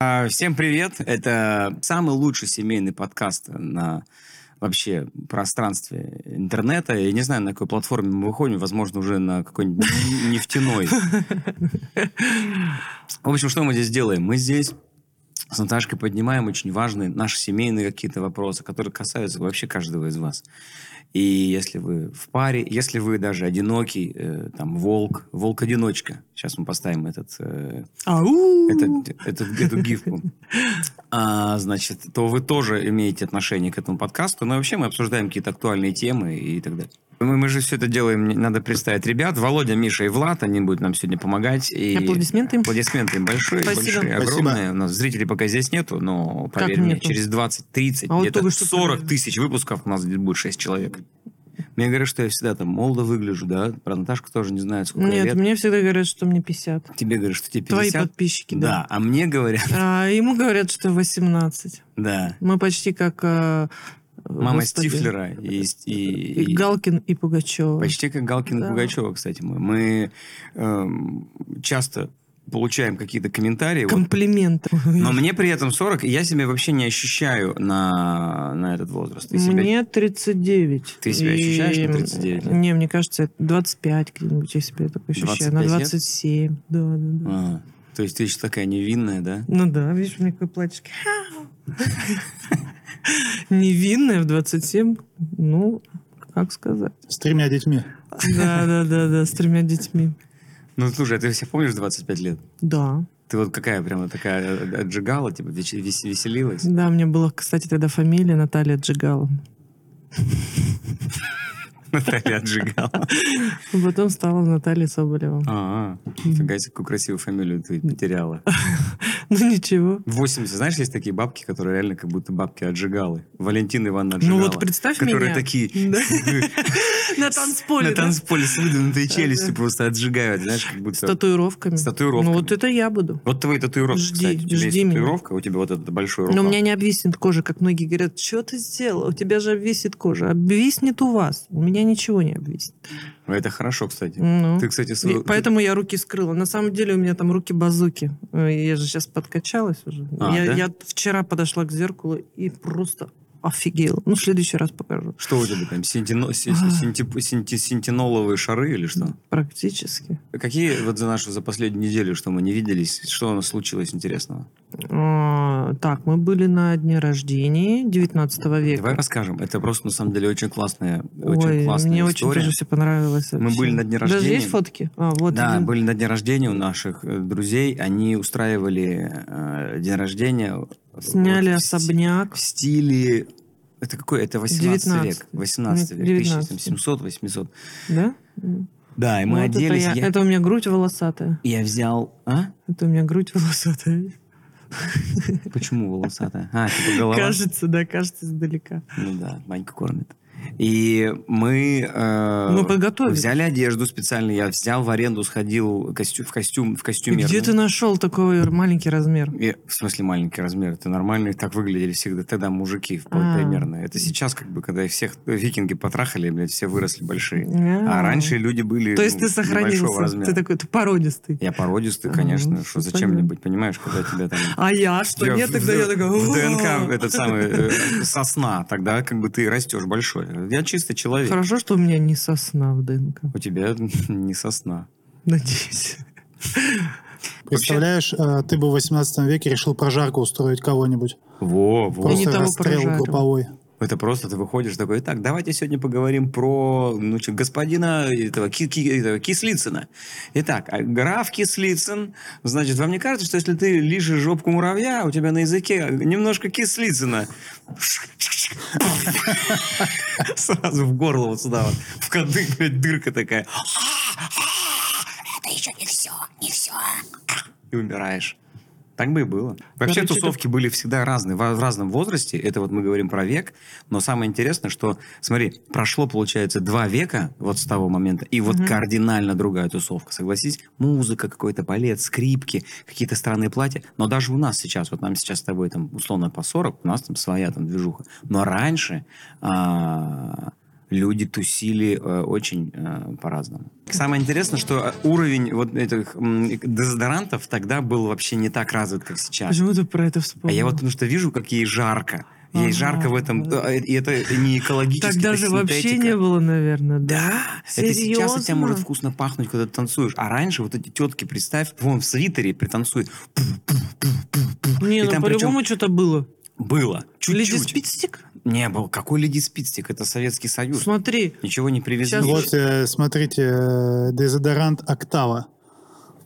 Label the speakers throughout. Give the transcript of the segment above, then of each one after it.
Speaker 1: А, Всем привет! Это самый лучший семейный подкаст на вообще пространстве интернета. Я не знаю, на какой платформе мы выходим, возможно, уже на какой-нибудь нефтяной. В общем, что мы здесь делаем? Мы здесь с Наташкой поднимаем очень важные наши семейные какие-то вопросы, которые касаются вообще каждого из вас. И если вы в паре, если вы даже одинокий, э, там, волк, волк-одиночка. Сейчас мы поставим этот... э,
Speaker 2: Ау!
Speaker 1: этот, этот, эту гифку. А, значит, то вы тоже имеете отношение к этому подкасту. Но вообще мы обсуждаем какие-то актуальные темы и так далее. Мы, мы же все это делаем, не- надо представить ребят. Володя, Миша и Влад, они будут нам сегодня помогать. И
Speaker 2: Аплодисменты им.
Speaker 1: Аплодисменты им большие,
Speaker 2: Спасибо.
Speaker 1: большие, огромные. У нас зрителей пока здесь нету, но поверь мне,
Speaker 2: нету?
Speaker 1: через 20-30,
Speaker 2: А вот
Speaker 1: где-то
Speaker 2: только что
Speaker 1: 40
Speaker 2: проверили.
Speaker 1: тысяч выпусков у нас здесь будет 6 человек. Мне говорят, что я всегда там молодо выгляжу, да? Про Наташку тоже не знаю, сколько я
Speaker 2: Нет,
Speaker 1: лет.
Speaker 2: мне всегда говорят, что мне 50.
Speaker 1: Тебе говорят, что тебе
Speaker 2: Твои
Speaker 1: 50.
Speaker 2: подписчики, да.
Speaker 1: Да, а мне говорят,
Speaker 2: А ему говорят, что 18.
Speaker 1: Да.
Speaker 2: Мы почти как... э,
Speaker 1: Мама
Speaker 2: господи,
Speaker 1: Стифлера и, и-
Speaker 2: И
Speaker 1: и-
Speaker 2: Галкин и Пугачева.
Speaker 1: почти как Галкина
Speaker 2: Да.
Speaker 1: Пугачева, кстати, мы. Мы эм, часто получаем какие-то комментарии. вот.
Speaker 2: Комплименты.
Speaker 1: но мне при этом 40, и я себя вообще не ощущаю на, на этот возраст. И себя-
Speaker 2: Мне 39.
Speaker 1: Ты себя
Speaker 2: И-
Speaker 1: ощущаешь на 39 лет?
Speaker 2: Не, мне кажется, это 25 где-нибудь я себя так ощущаю.
Speaker 1: 25
Speaker 2: На
Speaker 1: лет?
Speaker 2: 27. Да, да, да.
Speaker 1: А, то есть ты еще такая невинная, да?
Speaker 2: Ну да, видишь, у меня какой платьишко. Невинная в 27. Ну, как сказать.
Speaker 3: С тремя детьми.
Speaker 2: Да, да, да, да, с тремя детьми.
Speaker 1: Ну, слушай, а ты все помнишь 25 лет?
Speaker 2: Да.
Speaker 1: Ты вот какая прямо такая э, отжигала, типа веч- вес- веселилась?
Speaker 2: Да, у меня была, кстати, тогда фамилия Наталья Джигала.
Speaker 1: Наталья отжигала.
Speaker 2: И Потом стала Наталья Соболева.
Speaker 1: А, фига себе, какую красивую фамилию ты потеряла.
Speaker 2: Ну ничего.
Speaker 1: 80, знаешь, есть такие бабки, которые реально как будто бабки отжигалы. Валентина Ивановна отжигала.
Speaker 2: Ну вот представь
Speaker 1: Которые
Speaker 2: меня.
Speaker 1: такие
Speaker 2: Да. На
Speaker 1: на
Speaker 2: танцполе, да?
Speaker 1: танцполе с выдвинутой челюстью
Speaker 2: Да.
Speaker 1: просто отжигают, знаешь, как
Speaker 2: С
Speaker 1: будто...
Speaker 2: татуировками.
Speaker 1: С татуировками.
Speaker 2: Ну вот это я буду.
Speaker 1: Вот твои татуировки,
Speaker 2: Жди,
Speaker 1: кстати. У тебя есть
Speaker 2: жди меня.
Speaker 1: татуировка, у тебя вот этот большой рукав.
Speaker 2: Но у меня не обвиснет кожа, как многие говорят. Что ты сделал? У тебя же обвисит кожа. Обвиснет у вас. У меня ничего не обвиснет.
Speaker 1: Это хорошо, кстати.
Speaker 2: Ну.
Speaker 1: Ты, кстати,
Speaker 2: И
Speaker 1: свою... ты-
Speaker 2: Поэтому я руки скрыла. На самом деле у меня там руки базуки. Э, Я же сейчас подкачалась уже.
Speaker 1: А,
Speaker 2: я,
Speaker 1: да?
Speaker 2: я вчера подошла к зеркалу и просто офигела. Ну, в следующий раз покажу.
Speaker 1: Что у тебя там, синтино- си- синти- синти- синтиноловые шары или что?
Speaker 2: Практически.
Speaker 1: Какие вот за нашу, за последнюю неделю, что мы не виделись, что у нас случилось интересного?
Speaker 2: А, Так, мы были на дне рождения 19 века.
Speaker 1: Давай расскажем. Это просто, на самом деле, очень классная, очень
Speaker 2: Ой,
Speaker 1: классная
Speaker 2: мне очень
Speaker 1: история.
Speaker 2: тоже все понравилось.
Speaker 1: Мы были на дне
Speaker 2: Даже
Speaker 1: рождения.
Speaker 2: есть фотки? А, вот
Speaker 1: да,
Speaker 2: они.
Speaker 1: были на день рождения у наших э, друзей. Они устраивали э, день рождения.
Speaker 2: Сняли
Speaker 1: вот в сти-
Speaker 2: особняк.
Speaker 1: В стиле... Это какой? Это 18 век.
Speaker 2: 19.
Speaker 1: 18 век.
Speaker 2: 19.
Speaker 1: 1700, 800.
Speaker 2: Да?
Speaker 1: Да, и мы
Speaker 2: Вот это
Speaker 1: оделись.
Speaker 2: я-
Speaker 1: я,
Speaker 2: Это у меня грудь волосатая.
Speaker 1: я взял... А?
Speaker 2: Это у меня грудь волосатая.
Speaker 1: Почему волосатая? А, типа голова?
Speaker 2: Кажется, да, кажется издалека.
Speaker 1: Ну да, Ванька кормит. И мы... э,
Speaker 2: Мы Ну, подготовились.
Speaker 1: Взяли одежду специально. Я взял в аренду, сходил костю- в костюм, в
Speaker 2: И
Speaker 1: костюмерную.
Speaker 2: где ты нашел такой маленький размер?
Speaker 1: И, в смысле, маленький размер. Это нормально. Так выглядели всегда тогда мужики вполне
Speaker 2: А.
Speaker 1: примерно. Это сейчас, как бы, когда их всех э, викинги потрахали, блядь, все выросли большие.
Speaker 2: А.
Speaker 1: А раньше люди были
Speaker 2: То есть
Speaker 1: ну,
Speaker 2: ты
Speaker 1: небольшого
Speaker 2: сохранился.
Speaker 1: размера.
Speaker 2: Ты такой, ты породистый.
Speaker 1: Я породистый,
Speaker 2: А,
Speaker 1: конечно.
Speaker 2: ну,
Speaker 1: что,
Speaker 2: всё
Speaker 1: зачем мне быть, понимаешь, когда тебя там...
Speaker 2: А я что?
Speaker 1: тебя
Speaker 2: Нет,
Speaker 1: в-
Speaker 2: тогда я
Speaker 1: в-
Speaker 2: такая...
Speaker 1: В
Speaker 2: «О!»
Speaker 1: ДНК этот самый э, сосна. Тогда как бы ты растешь большой. Я чистый человек.
Speaker 2: Хорошо, что у меня не сосна в ДНК.
Speaker 1: У тебя не сосна.
Speaker 2: Надеюсь.
Speaker 3: Представляешь, э, ты бы в 18 веке решил прожарку устроить кого-нибудь.
Speaker 1: Во, во.
Speaker 2: не
Speaker 3: Просто
Speaker 2: того
Speaker 3: расстрел
Speaker 2: прожарил.
Speaker 3: групповой.
Speaker 1: Это просто ты выходишь такой, так, давайте сегодня поговорим про ну, чё, господина этого, Ки- Ки- этого Кислицына. Итак, а, граф Кислицын, значит, вам не кажется, что если ты лижешь жопку муравья, у тебя на языке немножко Кислицына? Сразу в горло вот сюда вот, в кадык, блядь, дырка такая. Это еще не все, не все. И умираешь. Так бы и было. Вообще
Speaker 2: Короче,
Speaker 1: тусовки были всегда разные, во- в разном возрасте. Это вот мы говорим про век. Но самое интересное, что, смотри, прошло, получается, два века вот с того момента, и вот
Speaker 2: Мгм.
Speaker 1: кардинально другая тусовка, согласись? Музыка, какой-то балет, скрипки, какие-то странные платья. Но даже у нас сейчас, вот нам сейчас с тобой там условно по 40, у нас там своя там движуха. Но раньше а, люди тусили э, очень э, по-разному. Самое интересное, что э, уровень вот этих м, дезодорантов тогда был вообще не так развит, как сейчас.
Speaker 2: Почему ты про это
Speaker 1: А
Speaker 2: вспомнил?
Speaker 1: я вот потому что вижу, как ей жарко. Ей
Speaker 2: Ага,
Speaker 1: жарко в этом,
Speaker 2: да.
Speaker 1: э, и это не экологически.
Speaker 2: Так
Speaker 1: это
Speaker 2: даже вообще
Speaker 1: синтетика.
Speaker 2: не было, наверное, да?
Speaker 1: Да, это сейчас у тебя
Speaker 2: Серьезно?
Speaker 1: может вкусно пахнуть, когда ты танцуешь. А раньше вот эти тетки, представь, вон в свитере пританцует.
Speaker 2: Не,
Speaker 1: И
Speaker 2: ну
Speaker 1: там
Speaker 2: по-любому что-то было.
Speaker 1: Было.
Speaker 2: Леди
Speaker 1: Чуть-чуть.
Speaker 2: спидстик?
Speaker 1: Не было. Какой леди спидстик? Это Советский Союз.
Speaker 2: Смотри.
Speaker 1: Ничего не привезли.
Speaker 2: Сейчас-
Speaker 1: Вот.
Speaker 2: Слушай.
Speaker 3: Вот, э, смотрите, э, дезодорант «Октава».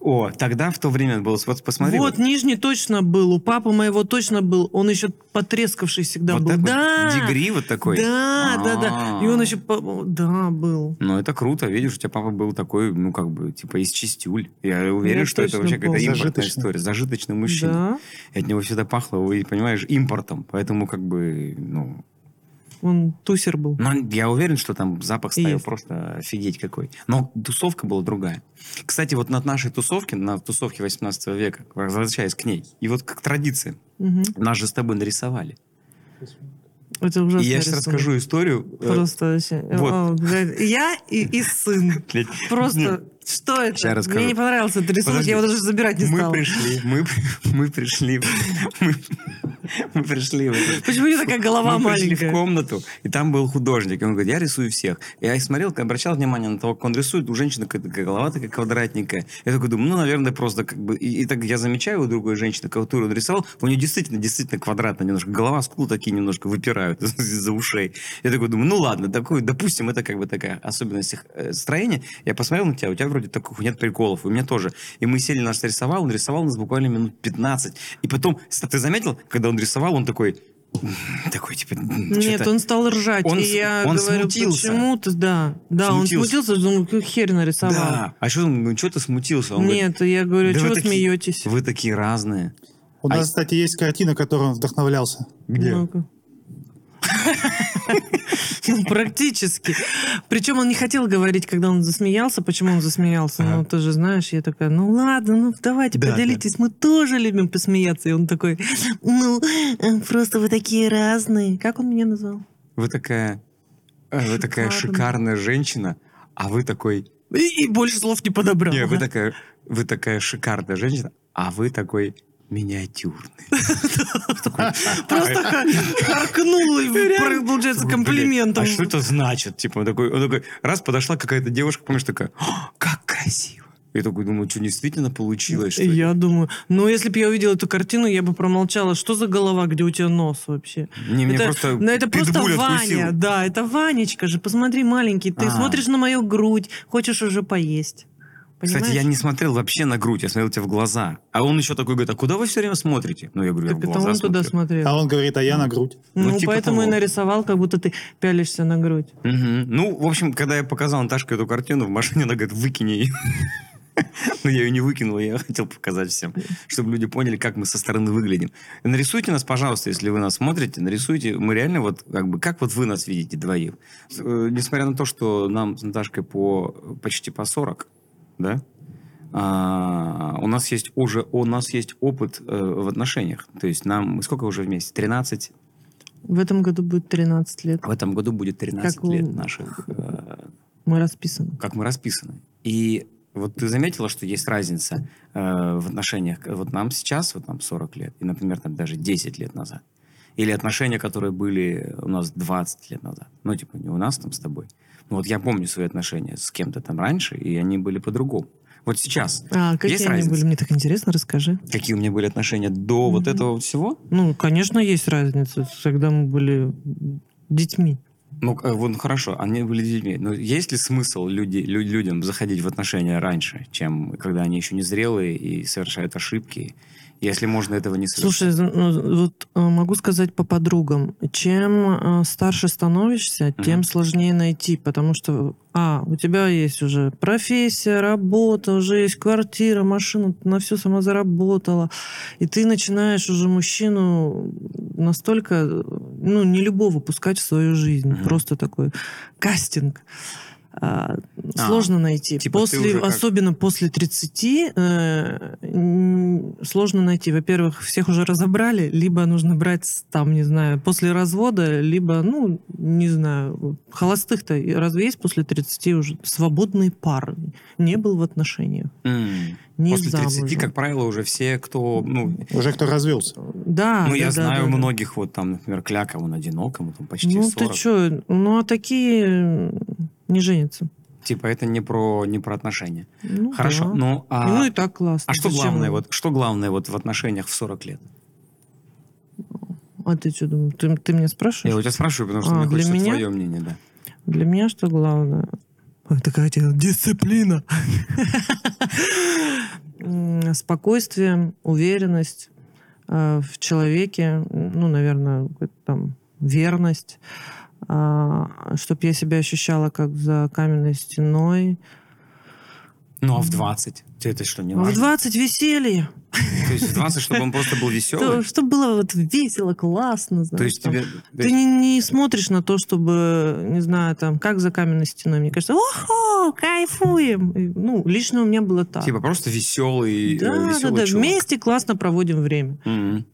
Speaker 1: О, тогда в то время было. Вот посмотри.
Speaker 2: вот, нижний точно был, у папы моего точно был. Он еще потрескавший всегда
Speaker 1: вот
Speaker 2: был.
Speaker 1: так вот
Speaker 2: да!
Speaker 1: Дегри вот такой.
Speaker 2: Да, да, да. И он
Speaker 1: А.
Speaker 2: еще... по- Да, был.
Speaker 1: Ну, это круто. Видишь, у тебя папа был такой, ну, как бы, типа, из чистюль. Я уверен,
Speaker 2: Ну, Я
Speaker 1: что это
Speaker 2: точно
Speaker 1: вообще какая-то
Speaker 3: помню.
Speaker 1: импортная
Speaker 3: Зажиточный.
Speaker 1: история. Зажиточный мужчина.
Speaker 2: Да.
Speaker 1: И от него всегда пахло, вы понимаешь, импортом. Поэтому, как бы, ну...
Speaker 2: Он тусер был.
Speaker 1: Но я уверен, что там запах стоял
Speaker 2: Есть.
Speaker 1: просто офигеть какой. Но тусовка была другая. Кстати, вот на нашей тусовке, на тусовке 18 века, возвращаясь к ней, и вот как традиция,
Speaker 2: Мгм.
Speaker 1: нас же с тобой нарисовали.
Speaker 2: Это
Speaker 1: И
Speaker 2: ужасно.
Speaker 1: я сейчас
Speaker 2: рисунок.
Speaker 1: расскажу историю. э,
Speaker 2: Просто вообще.
Speaker 1: вот.
Speaker 2: А, блядь, Я и, и сын.
Speaker 1: блядь,
Speaker 2: Просто что это?
Speaker 1: Ща расскажу.
Speaker 2: Мне не понравился этот рисунок,
Speaker 1: Подожди.
Speaker 2: я его даже забирать не
Speaker 1: Мы
Speaker 2: стала.
Speaker 1: пришли, мы, мы пришли, мы, мы пришли в этот-
Speaker 2: Почему у меня такая голова
Speaker 1: мы пришли в
Speaker 2: маленькая?
Speaker 1: комнату, и там был художник. И он говорит, я рисую всех. Я и смотрел, обращал внимание на того, как он рисует. У женщины какая-то такая голова такая квадратненькая. Я такой думаю, ну, наверное, просто как бы... И, и так я замечаю у другой женщины, которую он рисовал, у нее действительно, действительно квадратная немножко. Голова, скулы такие немножко выпирают из-за ушей. Я такой думаю, ну, ладно, такой, допустим, это как бы такая особенность их э, строения. Я посмотрел на тебя, у тебя вроде таких нет приколов, у меня тоже. И мы сели, нас рисовал, он рисовал нас буквально минут 15. И потом, ты заметил, когда он рисовал, он такой... Такой, типа,
Speaker 2: Нет,
Speaker 1: чё-то-
Speaker 2: он стал ржать.
Speaker 1: Он
Speaker 2: и
Speaker 1: с-
Speaker 2: я
Speaker 1: он
Speaker 2: говорю,
Speaker 1: смутился.
Speaker 2: почему ты? Да, да, он
Speaker 1: Смутился.
Speaker 2: смутился, думаю, какую херь нарисовал.
Speaker 1: Да. А что он, что ты смутился? Он говорит,
Speaker 2: Нет, я говорю,
Speaker 1: «Да
Speaker 2: чего
Speaker 1: вы
Speaker 2: вы
Speaker 1: такие-
Speaker 2: смеетесь?
Speaker 1: вы такие разные.
Speaker 3: У
Speaker 1: А
Speaker 3: нас, кстати, есть картина, которой он вдохновлялся.
Speaker 2: Ну-ка. Ну, Практически. Причем он не хотел говорить, когда он засмеялся, почему он засмеялся.
Speaker 1: Ага.
Speaker 2: Ну, ты же знаешь, я такая, ну ладно, ну давайте,
Speaker 1: Да,
Speaker 2: поделитесь, мы тоже любим посмеяться. И он такой, ну, э, просто вы такие разные. Как он меня назвал?
Speaker 1: Вы такая, э, вы такая
Speaker 2: Шикарно.
Speaker 1: шикарная женщина, а вы такой...
Speaker 2: И, и больше слов не подобрал.
Speaker 1: Не, вы такая, вы такая шикарная женщина, а вы такой миниатюрный.
Speaker 2: Просто ха- харкнул и
Speaker 1: Реально.
Speaker 2: получается комплиментом.
Speaker 1: А что это значит? Типа, он такой, он такой, раз подошла какая-то девушка, помнишь, такая, «О, как красиво. Я такой думаю, что действительно получилось? что
Speaker 2: И
Speaker 1: ли?»
Speaker 2: Я думаю, ну если бы я увидела эту картину, я бы промолчала. Что за голова, где у тебя нос вообще?
Speaker 1: Не, мне
Speaker 2: это,
Speaker 1: просто
Speaker 2: ну, это просто
Speaker 1: питбуль
Speaker 2: Ваня,
Speaker 1: откусил.
Speaker 2: да, это Ванечка же. Посмотри, маленький, ты
Speaker 1: А.
Speaker 2: смотришь на мою грудь, хочешь уже поесть. Понимаешь?
Speaker 1: Кстати, я не смотрел вообще на грудь, я смотрел тебе в глаза. А он еще такой говорит, а куда вы все время смотрите? Ну, я говорю, я
Speaker 2: так
Speaker 1: в
Speaker 2: это
Speaker 1: глаза
Speaker 2: он туда
Speaker 1: смотрю.
Speaker 2: смотрел.
Speaker 3: А он говорит, а я на грудь.
Speaker 1: ну,
Speaker 2: ну,
Speaker 1: типа
Speaker 2: поэтому
Speaker 1: того.
Speaker 2: и нарисовал, как будто ты пялишься на грудь.
Speaker 1: Мгм. Ну, в общем, когда я показал Наташке эту картину, в машине она говорит, выкини ее. Но я ее не выкинул, я хотел показать всем, чтобы люди поняли, как мы со стороны выглядим. Нарисуйте нас, пожалуйста, если вы нас смотрите, нарисуйте. Мы реально вот как бы, как вот вы нас видите двоих? С- э, Несмотря на то, что нам с Наташкой по почти по 40, да? А, у нас есть уже, у нас есть опыт э, в отношениях. То есть нам, сколько уже вместе? 13?
Speaker 2: В этом году будет 13 лет.
Speaker 1: В этом году будет 13
Speaker 2: Как у-
Speaker 1: лет наших э,
Speaker 2: Мы расписаны.
Speaker 1: как мы расписаны. И вот ты заметила, что есть разница э, в отношениях. Вот нам сейчас, вот нам 40 лет, и, например, там даже 10 лет назад. Или отношения, которые были у нас 20 лет назад. Ну, типа, не у нас там с тобой. Но вот я помню свои отношения с кем-то там раньше, и они были по-другому. Вот сейчас.
Speaker 2: А, какие
Speaker 1: Есть
Speaker 2: они
Speaker 1: разница?
Speaker 2: были? Мне так интересно, расскажи.
Speaker 1: Какие у меня были отношения до вот
Speaker 2: Мгм.
Speaker 1: этого вот всего?
Speaker 2: Ну, конечно, есть разница. Когда мы были детьми.
Speaker 1: Ну, к- э, вон хорошо, они были людьми. Но есть ли смысл люди, лю- людям заходить в отношения раньше, чем когда они еще не зрелые и совершают ошибки, если можно этого не
Speaker 2: Слушай,
Speaker 1: совершать?
Speaker 2: з- ну, вот э, могу сказать по подругам, чем э, старше становишься,
Speaker 1: Мгм.
Speaker 2: тем сложнее найти, потому что, а, у тебя есть уже профессия, работа, уже есть квартира, машина, ты на все сама заработала, и ты начинаешь уже мужчину настолько, э, ну, не любого пускать в свою жизнь,
Speaker 1: Мгм.
Speaker 2: просто такой кастинг. А, а,
Speaker 1: А,
Speaker 2: сложно найти.
Speaker 1: типа ты
Speaker 2: после,
Speaker 1: уже как-
Speaker 2: особенно после 30 э, м, сложно найти. Во-первых, всех уже разобрали, либо нужно брать с- там, не знаю, после развода, либо, ну, не знаю, холостых-то и разве есть после 30 уже свободные пары? Не был в отношениях,
Speaker 1: М.
Speaker 2: не
Speaker 1: После 30,
Speaker 2: замужем.
Speaker 1: как правило, уже все, кто... Ну,
Speaker 3: Уже кто развелся.
Speaker 2: Да,
Speaker 1: ну
Speaker 2: да,
Speaker 1: я
Speaker 2: да,
Speaker 1: знаю
Speaker 2: да, да.
Speaker 1: многих, вот там, например, Кляка, он одинок, ему там почти
Speaker 2: Ну
Speaker 1: 40.
Speaker 2: ты чё, ну а такие э, не женятся.
Speaker 1: Типа это не про, не про отношения.
Speaker 2: Ну,
Speaker 1: Хорошо,
Speaker 2: да.
Speaker 1: ну а...
Speaker 2: ну и так классно.
Speaker 1: А что
Speaker 2: Зачем
Speaker 1: главное,
Speaker 2: им?
Speaker 1: вот, что главное вот в отношениях в 40 лет?
Speaker 2: А ты что думаешь? Ты, ты меня спрашиваешь?
Speaker 1: Я у тебя спрашиваю, потому что
Speaker 2: А,
Speaker 1: мне
Speaker 2: для
Speaker 1: хочется
Speaker 2: меня?
Speaker 1: твое мнение, да.
Speaker 2: Для меня что главное? Ой, Такая тема. Дисциплина. М, Спокойствие, уверенность э, в человеке, ну, наверное, какая-то там верность, чтобы я себя ощущала как за каменной стеной.
Speaker 1: Ну а в 20? Тебе это что, не
Speaker 2: А В
Speaker 1: важно?
Speaker 2: 20 веселье.
Speaker 1: То есть в 20, чтобы он просто был веселый?
Speaker 2: Чтобы было вот весело, классно.
Speaker 1: То
Speaker 2: знаешь,
Speaker 1: есть
Speaker 2: там.
Speaker 1: тебе... то
Speaker 2: Ты
Speaker 1: есть-
Speaker 2: не, не смотришь на то, чтобы, не знаю, там, как за каменной стеной. Мне кажется, охо, кайфуем. И, Ну, лично у меня было так.
Speaker 1: Типа просто веселый, э,
Speaker 2: да, да,
Speaker 1: веселый
Speaker 2: да,
Speaker 1: чувак.
Speaker 2: вместе классно проводим время.
Speaker 1: Мгм.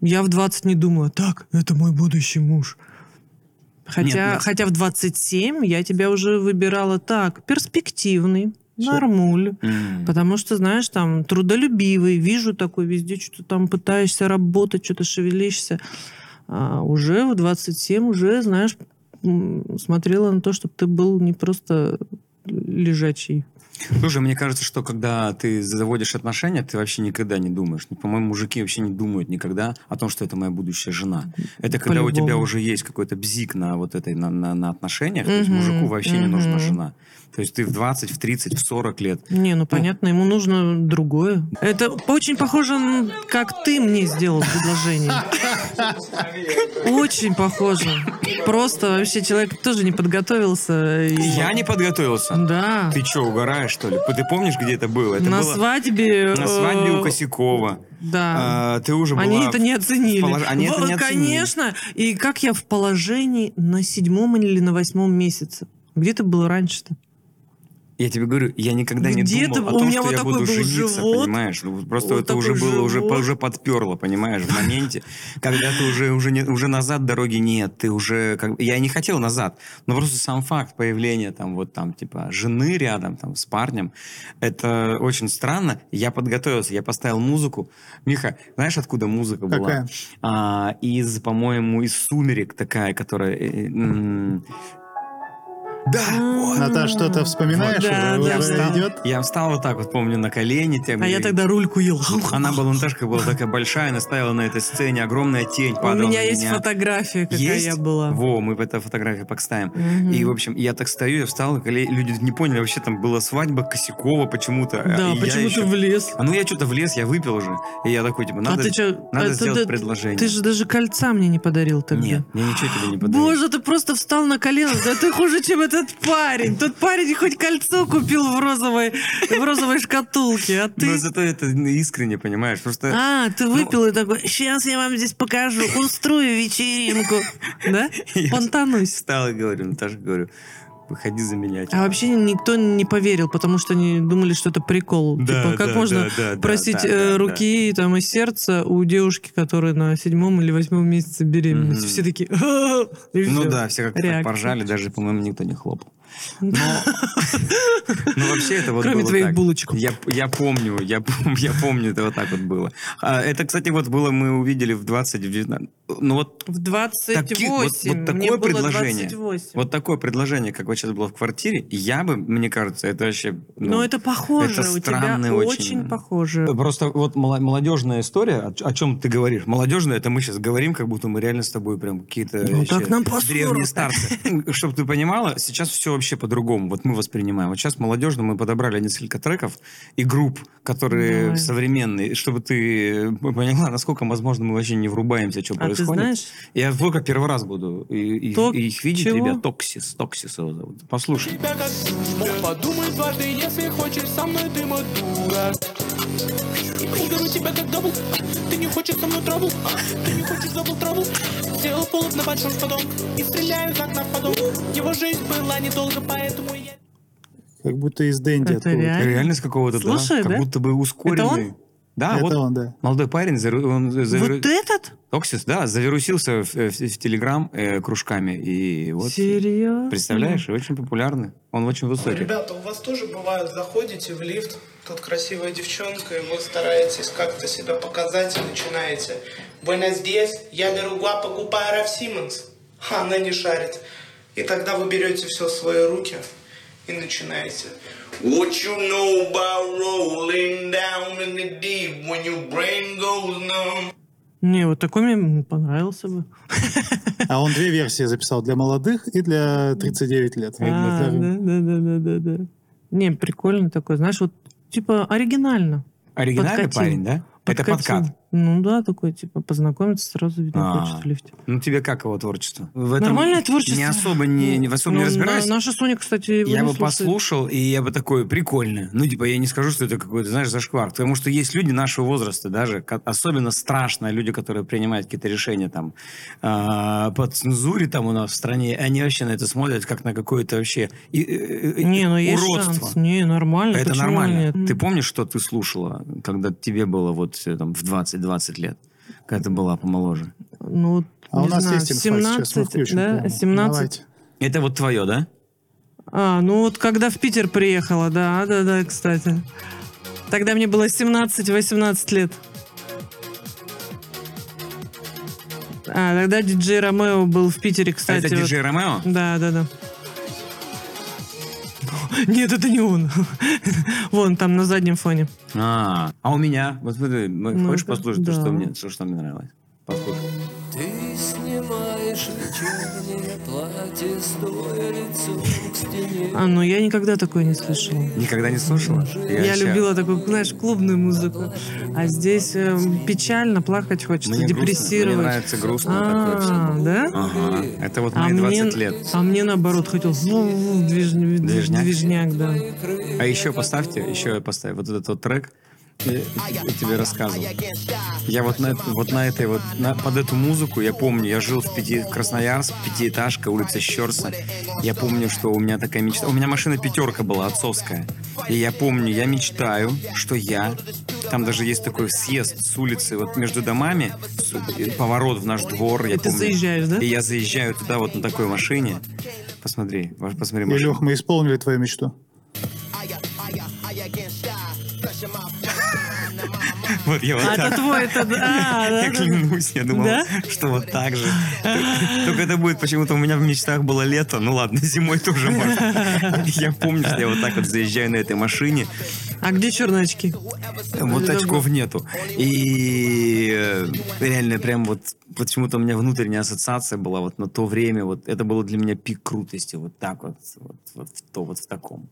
Speaker 2: Я в 20 не думала, так, это мой будущий муж. Хотя,
Speaker 1: Нет, нет.
Speaker 2: хотя в 27 я тебя уже выбирала так, перспективный,
Speaker 3: Всё.
Speaker 2: нормуль.
Speaker 1: Мгм.
Speaker 2: Потому что, знаешь, там трудолюбивый, вижу такой везде, что-то там пытаешься работать, что-то шевелишься. А уже в 27 уже, знаешь, м, смотрела на то, чтобы ты был не просто лежачий.
Speaker 1: Слушай, мне кажется, что когда ты заводишь отношения, ты вообще никогда не думаешь. Ну, По-моему, мужики вообще не думают никогда о том, что это моя будущая жена. Это когда у тебя
Speaker 2: По-любому.
Speaker 1: уже есть какой-то бзик на вот этой на, на- на отношениях, то есть
Speaker 2: Мгм,
Speaker 1: мужику вообще не нужна
Speaker 2: мгм.
Speaker 1: жена. То есть ты в 20, в 30, в 40 лет
Speaker 2: Не, ну понятно, ему нужно другое. Это очень похоже, м, как ты мне сделал предложение. Очень похоже. Просто вообще человек тоже не подготовился. и-
Speaker 1: Я не подготовился.
Speaker 2: Да.
Speaker 1: Ты что, угораешь, что ли? Ты помнишь, где это было? Это
Speaker 2: на
Speaker 1: было
Speaker 2: свадьбе...
Speaker 1: на свадьбе у
Speaker 2: э,
Speaker 1: Косякова.
Speaker 2: Да.
Speaker 1: А, ты уже
Speaker 2: Они
Speaker 1: была...
Speaker 2: это не оценили.
Speaker 1: в полож- они это
Speaker 2: Вот,
Speaker 1: не оценили.
Speaker 2: Конечно. И как я в положении на седьмом или на восьмом месяце? Где ты был раньше-то?
Speaker 1: Я тебе говорю, я никогда не
Speaker 2: Где
Speaker 1: думал
Speaker 2: ты-
Speaker 1: о
Speaker 2: Ну, у
Speaker 1: том,
Speaker 2: меня
Speaker 1: что
Speaker 2: вот
Speaker 1: я
Speaker 2: такой
Speaker 1: буду
Speaker 2: был
Speaker 1: жениться,
Speaker 2: живот.
Speaker 1: понимаешь? Ну, Просто
Speaker 2: Вот
Speaker 1: это
Speaker 2: такой
Speaker 1: уже было, уже, по-
Speaker 2: живот.
Speaker 1: уже подперло, понимаешь, в моменте, когда ты уже, уже, не- уже назад дороги нет, ты уже... Как... бы- Я не хотел назад, но просто сам факт появления там вот там типа жены рядом там с парнем, это очень странно. Я подготовился, я поставил музыку. Миха, знаешь, откуда музыка была?
Speaker 3: Какая?
Speaker 1: А, из, по-моему, из «Сумерек» такая, которая... э, э, м. Да! вот.
Speaker 3: Наташ, что-то вспоминаешь?
Speaker 2: Вот, А. да,
Speaker 3: уже
Speaker 2: да,
Speaker 3: уже
Speaker 2: да.
Speaker 3: идет?
Speaker 1: Я встал вот так вот, помню, на колени. тем-
Speaker 2: А я тогда рульку ел.
Speaker 1: Она, балантажка была такая большая, она стояла на этой сцене, огромная тень
Speaker 2: У
Speaker 1: падала
Speaker 2: меня
Speaker 1: на
Speaker 2: есть
Speaker 1: меня.
Speaker 2: фотография, какая
Speaker 1: Есть?
Speaker 2: я была.
Speaker 1: Во, мы эту фотографию поставим.
Speaker 2: Мгм.
Speaker 1: И, в общем, я так стою, я встал, и люди не поняли, вообще там была свадьба Косякова почему-то. а
Speaker 2: Да,
Speaker 1: я
Speaker 2: почему
Speaker 1: еще-
Speaker 2: ты влез?
Speaker 1: А ну я что-то влез, я выпил уже. И я такой, типа,
Speaker 2: а
Speaker 1: надо,
Speaker 2: ты чё,
Speaker 1: надо
Speaker 2: а ты
Speaker 1: сделать
Speaker 2: да-
Speaker 1: предложение.
Speaker 2: Ты же даже кольца мне не подарил тогда.
Speaker 1: Нет, я ничего тебе не подарил.
Speaker 2: Боже, ты просто встал на колено, да ты хуже, чем этот парень. Тот парень хоть кольцо купил в розовой, в розовой шкатулке, а ты...
Speaker 1: Но Ну, зато это искренне, понимаешь, просто...
Speaker 2: А, ты
Speaker 1: Ну.
Speaker 2: выпил и такой, сейчас я вам здесь покажу, устрою вечеринку. Да?
Speaker 1: Я
Speaker 2: Понтанусь.
Speaker 1: встал и говорю, Наташа, говорю, выходи за меня.
Speaker 2: А
Speaker 1: типа.
Speaker 2: вообще никто не поверил, потому что они думали, что это прикол.
Speaker 1: Да,
Speaker 2: типа, как
Speaker 1: да,
Speaker 2: можно
Speaker 1: да, да, да,
Speaker 2: просить
Speaker 1: да,
Speaker 2: э,
Speaker 1: да,
Speaker 2: руки там, и сердца у девушки, которая на седьмом или восьмом месяце беременности?
Speaker 1: Мгм.
Speaker 2: Все такие... «А-а-а!» и
Speaker 1: Ну
Speaker 2: всё.
Speaker 1: да, все как-то так
Speaker 2: Реакция.
Speaker 1: поржали, даже, по-моему, никто не хлопал. Но,
Speaker 2: Да.
Speaker 1: ну, вообще это вот
Speaker 2: Кроме
Speaker 1: было
Speaker 2: твоих
Speaker 1: так.
Speaker 2: булочек.
Speaker 1: Я, я помню, я, пом- я помню, это вот так вот было. А, это, кстати, вот было, мы увидели в 20, в 19. Ну вот,
Speaker 2: В 28.
Speaker 1: Таки- вот- вот такое
Speaker 2: Мне было
Speaker 1: предложение.
Speaker 2: 28.
Speaker 1: вот такое предложение, как вот сейчас было в квартире, я бы, мне кажется, это вообще... ну,
Speaker 2: Но это похоже.
Speaker 1: это
Speaker 2: у тебя
Speaker 1: странно очень.
Speaker 2: очень похоже. А
Speaker 1: Э, Просто вот мала- молодежная история, о, ч- о чем ты говоришь. Молодежная, это мы сейчас говорим, как будто мы реально с тобой прям какие-то
Speaker 2: Ну,
Speaker 1: вообще
Speaker 2: как нам по
Speaker 1: древние
Speaker 2: 40.
Speaker 1: старцы. Чтобы ты понимала, сейчас все вообще по-другому. Вот мы воспринимаем. Вот сейчас молодежно мы подобрали несколько треков и групп, которые
Speaker 2: Давай.
Speaker 1: современные, чтобы ты э, поняла, насколько, возможно, мы вообще не врубаемся, что
Speaker 2: А ты
Speaker 1: происходит.
Speaker 2: знаешь,
Speaker 1: Я только первый раз буду и- и-
Speaker 2: Ток-
Speaker 1: и их видеть,
Speaker 2: чего?
Speaker 1: ребят. Токсис, Токсис его зовут. Послушай.
Speaker 4: ребята Мог подумай дважды, если хочешь со мной дыма дура Ты тебя как дабл Ты не хочешь со мной траву Ты не хочешь дабл траву Сделал полуп на большом потом И стреляю из окна в потом Его жизнь была недолго, поэтому я...
Speaker 3: Как будто из Дэнди
Speaker 2: Это
Speaker 3: откуда-то.
Speaker 2: реально?
Speaker 1: Реально с какого-то, да,
Speaker 2: Слушай,
Speaker 1: как
Speaker 2: да?
Speaker 1: будто бы ускоренный.
Speaker 2: Это он?
Speaker 1: Да,
Speaker 3: Это
Speaker 1: вот
Speaker 3: он, да.
Speaker 1: молодой парень, зару- он завиру-
Speaker 2: Вот этот?
Speaker 1: Оксис, да, завирусился в, в- в Телеграм э, кружками, и вот...
Speaker 2: Серьезно?
Speaker 1: Представляешь, и очень популярный. Он очень высокий.
Speaker 5: Ребята, у вас тоже бывают, заходите в лифт, тут красивая девчонка, и вы стараетесь как-то себя показать и начинаете. Буэна здесь, я беру гуапа покупаю Раф Симмонс. А она не шарит. И тогда вы берете все в свои руки и начинаете. What you know about rolling down in the deep when your brain goes numb?
Speaker 2: Не, вот такой мне понравился бы.
Speaker 3: А он две версии записал, для молодых и для 39 лет.
Speaker 2: А,
Speaker 3: Вторым.
Speaker 2: да, да, да, да, да, да. Не, прикольно такой, знаешь, вот типа оригинально.
Speaker 1: Оригинальный
Speaker 2: Подкатил.
Speaker 1: парень, да? Это
Speaker 2: Подкатил.
Speaker 1: подкат.
Speaker 2: Ну да, такой, типа, познакомиться сразу видно
Speaker 1: А.
Speaker 2: хочет в лифте.
Speaker 1: Ну тебе как его творчество? В этом
Speaker 2: Нормальное творчество.
Speaker 1: Не особо не, не- в особо не
Speaker 2: Ну, на-
Speaker 1: разбираюсь.
Speaker 2: наша Соня, кстати, его
Speaker 1: Я
Speaker 2: не
Speaker 1: бы
Speaker 2: слушает.
Speaker 1: послушал, и я бы такой, прикольно. Ну, типа, я не скажу, что это какой-то, знаешь, зашквар. Потому что есть люди нашего возраста даже, ко- особенно страшно, люди, которые принимают какие-то решения там а, по цензуре там у нас в стране, и они вообще на это смотрят как на какое-то вообще и- и- и-
Speaker 2: Не, ну есть
Speaker 1: уродство.
Speaker 2: шанс. Не, нормально.
Speaker 1: Это
Speaker 2: почему
Speaker 1: нормально.
Speaker 2: нет?
Speaker 1: Ты помнишь, что ты слушала, когда тебе было вот э, там в 20-20 лет? Когда ты была помоложе.
Speaker 2: Ну, вот,
Speaker 3: А
Speaker 2: не
Speaker 3: у нас
Speaker 2: знаю,
Speaker 3: есть инфа, сейчас мы
Speaker 2: 17,
Speaker 3: включим.
Speaker 2: да?
Speaker 3: прямо.
Speaker 2: 17.
Speaker 3: Давайте.
Speaker 1: Это вот твое, да?
Speaker 2: А, ну вот когда в Питер приехала, да, да, да, кстати. Тогда мне было 17-18 лет. А, тогда диджей Ромео был в Питере, кстати.
Speaker 1: А это
Speaker 2: вот.
Speaker 1: диджей Ромео?
Speaker 2: Да, да, да. Нет, это не он. Вон там на заднем фоне.
Speaker 1: А, а у меня? Вот смотри, м-
Speaker 2: Ну,
Speaker 1: хочешь
Speaker 2: это
Speaker 1: послушать то,
Speaker 2: да.
Speaker 1: что мне, что, что мне нравилось? Послушай.
Speaker 6: Ты снимаешь вечернее платье, стоя лицом к стене.
Speaker 2: А, ну я никогда такое не слышала.
Speaker 1: Никогда не слушала?
Speaker 2: Я,
Speaker 1: вообще-
Speaker 2: любила такую, знаешь, клубную музыку. А здесь эм, печально, плакать хочется,
Speaker 1: Мне грустно,
Speaker 2: депрессировать.
Speaker 1: мне нравится грустно такое
Speaker 2: а,
Speaker 1: всё.
Speaker 2: да?
Speaker 1: Ага, это вот
Speaker 2: А
Speaker 1: мои
Speaker 2: мне,
Speaker 1: 20 лет.
Speaker 2: а мне наоборот хотелось ву- ву- движ- движ-
Speaker 1: Движняк?
Speaker 2: движняк? да.
Speaker 1: А еще поставьте, еще я поставлю вот этот вот трек. Я, я тебе рассказывал. Я вот на, вот на этой вот, на- под эту музыку, я помню, я жил в пяти, Красноярск, пятиэтажка, улица Щерса. Я помню, что у меня такая мечта. У меня машина пятерка была, отцовская. И я помню, я мечтаю, что я... Там даже есть такой съезд с улицы, вот между домами, с- и поворот в наш двор. Я
Speaker 2: И ты
Speaker 1: помню.
Speaker 2: заезжаешь, да?
Speaker 1: И я заезжаю туда вот на такой машине. Посмотри, Ваш- посмотри
Speaker 3: И,
Speaker 1: машину.
Speaker 3: Лёх, мы исполнили твою мечту.
Speaker 1: Вот я вот
Speaker 2: А
Speaker 1: так.
Speaker 2: это твой, это... да, да,
Speaker 1: Я
Speaker 2: да.
Speaker 1: клянусь, я думал,
Speaker 2: Да?
Speaker 1: что вот так же. Только это будет, почему-то у меня в мечтах было лето, ну ладно, зимой тоже можно. Я помню, что я вот так вот заезжаю на этой машине,
Speaker 2: А где черные очки?
Speaker 1: вот
Speaker 2: Это
Speaker 1: очков нету. И э, реально прям вот почему-то у меня внутренняя ассоциация была вот на то время, вот это было для меня пик крутости, вот так вот, вот, вот в то вот в таком.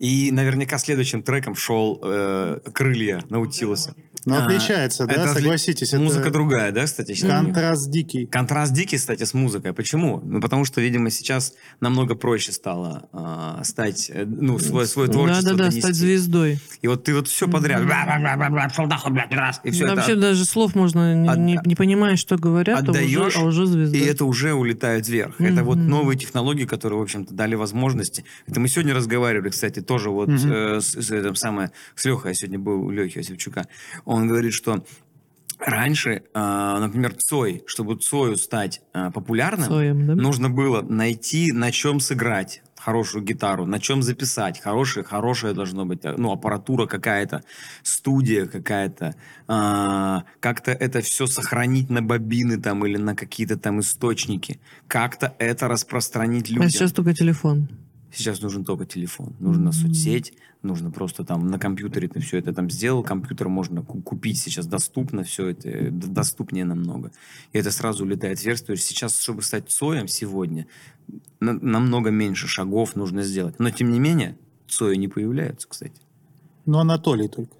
Speaker 1: И наверняка следующим треком шел э, «Крылья» Наутилуса.
Speaker 3: Но
Speaker 1: А,
Speaker 3: Ну, отличается, да,
Speaker 1: это отли-
Speaker 3: согласитесь. это
Speaker 1: Музыка другая, да, кстати? сейчас?
Speaker 3: Контраст дикий.
Speaker 1: Контраст дикий, кстати, с музыкой. Почему? Ну, потому что, видимо, сейчас намного проще стало а, стать, э, ну, свой, свой творчество
Speaker 2: Да-да-да,
Speaker 1: донести.
Speaker 2: стать звездой.
Speaker 1: И вот ты вот все подряд. Бла-бла-бла-бла-бла, пошел нахуй, блядь, раз. И все
Speaker 2: Да
Speaker 1: это
Speaker 2: Вообще даже слов можно, не,
Speaker 1: Отда-
Speaker 2: не- не понимая, что говорят, а уже,
Speaker 1: отдаешь,
Speaker 2: а уже звезда.
Speaker 1: И это уже улетает вверх. Это вот новые технологии, которые, в общем-то, дали возможности. Это мы сегодня разговаривали, кстати, тоже вот э, с, с этим самое, с Лехой, я сегодня был у Лехи Осипчука. Он говорит, что раньше, э, например, Цой, чтобы Цою стать э, популярным,
Speaker 2: Цоем, да?
Speaker 1: нужно было найти, на чем сыграть хорошую гитару, на чем записать, хорошее, хорошее должно быть, э, ну, аппаратура какая-то, студия какая-то, а, как-то это все сохранить на бобины там или на какие-то там источники, как-то это распространить людям.
Speaker 2: А сейчас только телефон.
Speaker 1: Сейчас нужен только телефон, нужна соцсеть, нужно просто там на компьютере ты все это там сделал, компьютер можно ку- купить сейчас доступно, все это э, д- доступнее намного. И это сразу улетает вверх. То есть сейчас, чтобы стать Цоем сегодня, на- намного меньше шагов нужно сделать. Но тем не менее, Цои не появляются, кстати.
Speaker 3: Ну, Анатолий только.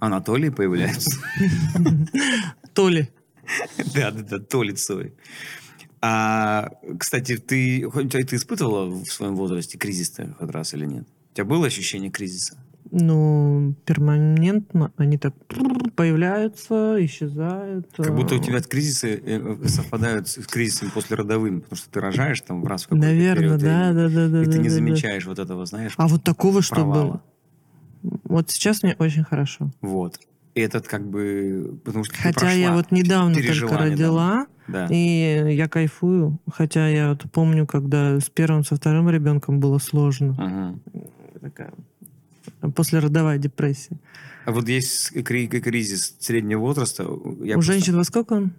Speaker 1: Анатолий появляется.
Speaker 2: То ли.
Speaker 1: Да, да, да, Толи Цой. А, кстати, ты, хоть- ты испытывала в своем возрасте кризис-то хоть раз или нет? У тебя было ощущение кризиса?
Speaker 2: Ну, перманентно они так появляются, исчезают. а,
Speaker 1: Как будто у тебя кризисы э, э, совпадают с с кризисами послеродовыми, потому что ты рожаешь там в раз в какой-то
Speaker 2: Наверное,
Speaker 1: период
Speaker 2: да,
Speaker 1: времени,
Speaker 2: да, да, да.
Speaker 1: И ты
Speaker 2: да,
Speaker 1: не
Speaker 2: да, да.
Speaker 1: замечаешь вот этого, знаешь,
Speaker 2: А вот такого, что
Speaker 1: провала.
Speaker 2: было. Вот сейчас мне очень хорошо.
Speaker 1: Вот. И этот как бы... Потому что ты
Speaker 2: Хотя я
Speaker 1: прошла,
Speaker 2: вот недавно
Speaker 1: пережила
Speaker 2: только
Speaker 1: недавно.
Speaker 2: родила,
Speaker 1: Да.
Speaker 2: и я кайфую. Хотя я вот помню, когда с первым, со вторым ребенком было сложно.
Speaker 1: Ага.
Speaker 2: Такая послеродовая депрессия.
Speaker 1: А вот есть кри- кри- кризис среднего возраста. Я
Speaker 2: У
Speaker 1: просто-
Speaker 2: женщин во сколько он?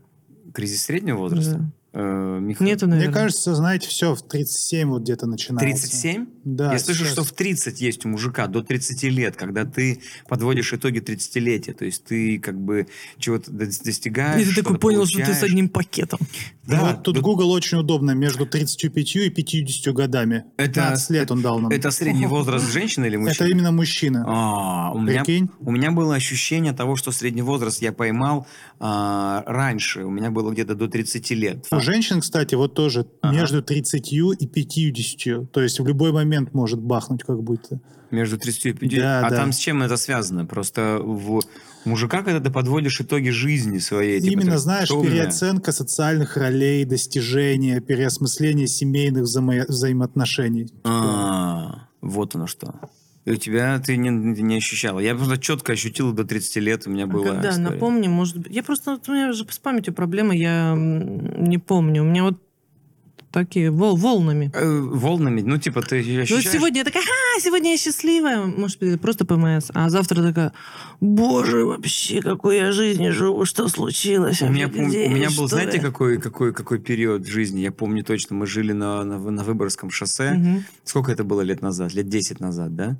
Speaker 1: Кризис среднего возраста? Э, Миха-
Speaker 2: Нету,
Speaker 3: Мне
Speaker 2: наверное.
Speaker 3: кажется, знаете, все в 37 вот где-то начинается.
Speaker 1: 37?
Speaker 3: Да.
Speaker 1: я слышу,
Speaker 3: сейчас.
Speaker 1: что в 30 есть у мужика до 30 лет, когда ты подводишь итоги 30-летия. То есть ты как бы чего-то д- достигаешь.
Speaker 2: И ты такой
Speaker 1: что-то
Speaker 2: понял, что ты с
Speaker 1: получаешь.
Speaker 2: одним пакетом.
Speaker 3: Ну,
Speaker 1: Да,
Speaker 3: вот тут
Speaker 1: да.
Speaker 3: Google очень удобно между 35 и 50 годами.
Speaker 1: Это-
Speaker 3: 15 лет он дал нам.
Speaker 1: Это средний возраст женщины или
Speaker 3: Это
Speaker 1: мужчины?
Speaker 3: именно мужчина.
Speaker 1: А, у, меня,
Speaker 3: Прикинь.
Speaker 1: у меня было ощущение того, что средний возраст я поймал а, раньше. У меня было где-то до 30 лет.
Speaker 3: У женщин, кстати, вот тоже
Speaker 1: А. Ага.
Speaker 3: между 30 и 50. То есть в любой момент может бахнуть как будто.
Speaker 1: Между 30 и 50.
Speaker 3: Да,
Speaker 1: а
Speaker 3: да.
Speaker 1: там с чем это связано? Просто в мужика, когда ты подводишь итоги жизни своей. типа,
Speaker 3: Именно,
Speaker 1: ты
Speaker 3: знаешь,
Speaker 1: что у меня?
Speaker 3: переоценка социальных ролей, достижения, переосмысление семейных взаимо- взаимоотношений.
Speaker 1: А, вот оно что. И у тебя ты не, не ощущала. Я просто четко ощутил до 30 лет, у меня
Speaker 2: А
Speaker 1: было.
Speaker 2: Когда, напомни, может быть. Я просто, вот у меня же с памятью проблемы, я м, не помню. У меня вот такие вол- волнами.
Speaker 1: волнами, ну типа ты
Speaker 2: Ну,
Speaker 1: ощущаешь...
Speaker 2: вот сегодня я такая, а, сегодня я счастливая. Может быть, это просто ПМС. А завтра такая, боже, вообще, какой я жизни живу, что случилось?
Speaker 1: У меня, пом-
Speaker 2: Офигеть,
Speaker 1: у меня был,
Speaker 2: что
Speaker 1: знаете,
Speaker 2: ли?»
Speaker 1: какой, какой, какой период в жизни? Я помню точно, мы жили на, на, на Выборгском шоссе.
Speaker 2: Мгм.
Speaker 1: Сколько это было лет назад? Лет 10 назад, да?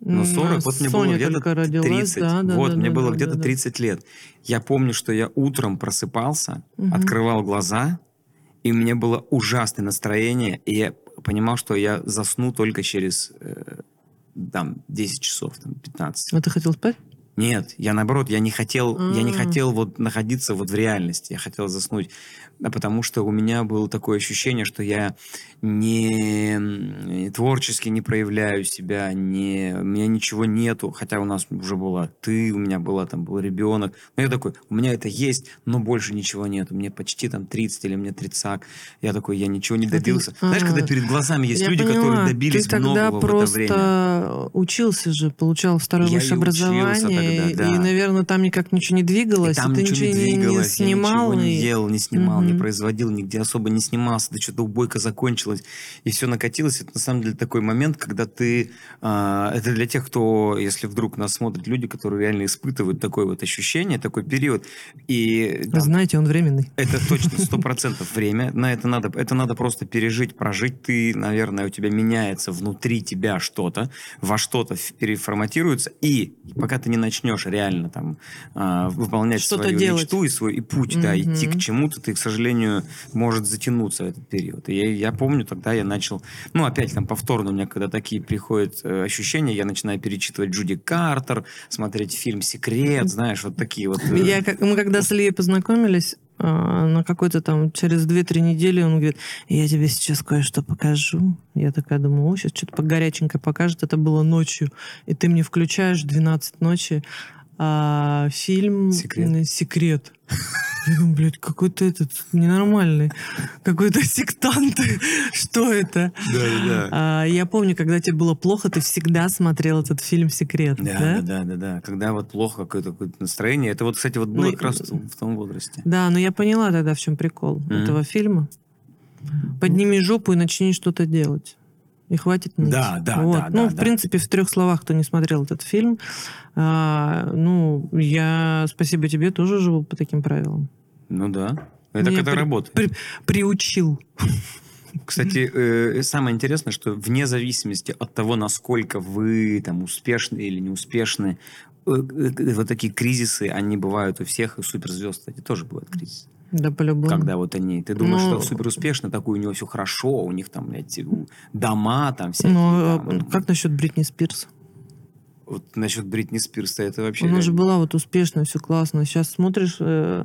Speaker 1: Ну,
Speaker 2: М,
Speaker 1: 40, вот мне было
Speaker 2: Соня
Speaker 1: где-то
Speaker 2: только родилась,
Speaker 1: 30.
Speaker 2: да, да,
Speaker 1: вот,
Speaker 2: да,
Speaker 1: мне
Speaker 2: да,
Speaker 1: было
Speaker 2: да,
Speaker 1: где-то
Speaker 2: да, да.
Speaker 1: 30 лет. Я помню, что я утром просыпался,
Speaker 2: Мгм.
Speaker 1: открывал глаза, и у меня было ужасное настроение, и я понимал, что я засну только через э, там, 10 часов, там, 15.
Speaker 2: А ты хотел спать?
Speaker 1: Нет, я наоборот, я не хотел, я не
Speaker 2: А.
Speaker 1: хотел вот находиться вот в реальности, я хотел заснуть, А потому что у меня было такое ощущение, что я не, м, творчески не проявляю себя, не, у меня ничего нету, хотя у нас уже была ты, у меня была там был ребенок, но я такой, у меня это есть, но больше ничего нету, мне почти там 30 или мне тридцак, я такой, я ничего не
Speaker 2: ты-
Speaker 1: добился. Знаешь, когда
Speaker 2: а.
Speaker 1: перед глазами есть
Speaker 2: Я
Speaker 1: люди,
Speaker 2: поняла,
Speaker 1: которые добились
Speaker 2: ты тогда
Speaker 1: многого в
Speaker 2: просто
Speaker 1: это время.
Speaker 2: учился же, получал второе
Speaker 1: Я и
Speaker 2: высшее
Speaker 1: учился
Speaker 2: образование,
Speaker 1: тогда, да.
Speaker 2: и, наверное, там никак ничего не двигалось,
Speaker 1: И там
Speaker 2: ты
Speaker 1: ничего не
Speaker 2: не- не,
Speaker 1: двигалось, я
Speaker 2: снимал.
Speaker 1: ничего не
Speaker 2: и-
Speaker 1: делал, не снимал, не
Speaker 2: Мгм.
Speaker 1: производил, нигде особо не снимался, да что-то убойка закончилась, и все накатилось. Это на самом деле такой момент, когда ты... а, это для тех, кто, если вдруг нас смотрят люди, которые реально испытывают такое вот ощущение, такой период, и...
Speaker 2: Вы
Speaker 1: там,
Speaker 2: знаете, он временный.
Speaker 1: это точно сто процентов время. На это надо, это надо просто пережить, прожить. Ты, наверное, у тебя меняется внутри тебя что-то, во что-то ф- переформатируется, и пока ты не начнешь реально там а, выполнять
Speaker 2: Что-то
Speaker 1: свою
Speaker 2: делать.
Speaker 1: мечту и свой и путь, да,
Speaker 2: Мгм.
Speaker 1: идти к чему-то, ты, к сожалению, может затянуться этот период. И я, я помню, тогда я начал, ну опять там повторно у меня когда такие приходят э, ощущения, я начинаю перечитывать Джуди Картер, смотреть фильм "Секрет", знаешь, вот такие вот. э,
Speaker 2: Я, как- мы когда с Ильей познакомились, а, на какой-то там через 2-3 недели он говорит, я тебе сейчас кое-что покажу. Я такая думаю, о, сейчас что-то горяченькое покажет. Это было ночью. И ты мне включаешь в 12 ночи а, фильм
Speaker 1: Секрет.
Speaker 2: м, «Секрет». Я думаю, блядь, какой-то этот ненормальный, какой-то сектант. Что это?
Speaker 1: Да-да-да.
Speaker 2: А, я помню, когда тебе было плохо, ты всегда смотрел этот фильм «Секрет».
Speaker 1: Да, да, да, да, да. Когда вот плохо какое-то, какое-то настроение. Это вот, кстати, вот было
Speaker 2: Ну,
Speaker 1: как раз в том- в том возрасте.
Speaker 2: Да, но я поняла тогда, в чем прикол
Speaker 1: Мгм.
Speaker 2: этого фильма. Подними жопу и начни что-то делать. И хватит ныть.
Speaker 1: Да, да,
Speaker 2: Вот.
Speaker 1: да,
Speaker 2: Ну,
Speaker 1: да,
Speaker 2: в
Speaker 1: да.
Speaker 2: принципе, в трех словах, кто не смотрел этот фильм, а, ну, я, спасибо тебе, тоже живу по таким правилам.
Speaker 1: Ну да. Это
Speaker 2: Меня
Speaker 1: когда
Speaker 2: при-
Speaker 1: работает.
Speaker 2: при- приучил.
Speaker 1: Кстати, э, самое интересное, что вне зависимости от того, насколько вы там успешны или неуспешны, э, э, вот такие кризисы, они бывают у всех, и у суперзвезд, кстати, тоже бывают кризисы.
Speaker 2: Да, по-любому.
Speaker 1: Когда вот они, ты думаешь,
Speaker 2: Ну,
Speaker 1: что супер успешно, такой у него все хорошо, у них там, блядь, у- дома там всякие.
Speaker 2: Но
Speaker 1: там.
Speaker 2: а, Ну, как насчет Бритни Спирс?
Speaker 1: Вот насчет Бритни Спирса, это вообще...
Speaker 2: Она же
Speaker 1: реально-
Speaker 2: была вот успешная, все классно. Сейчас смотришь э,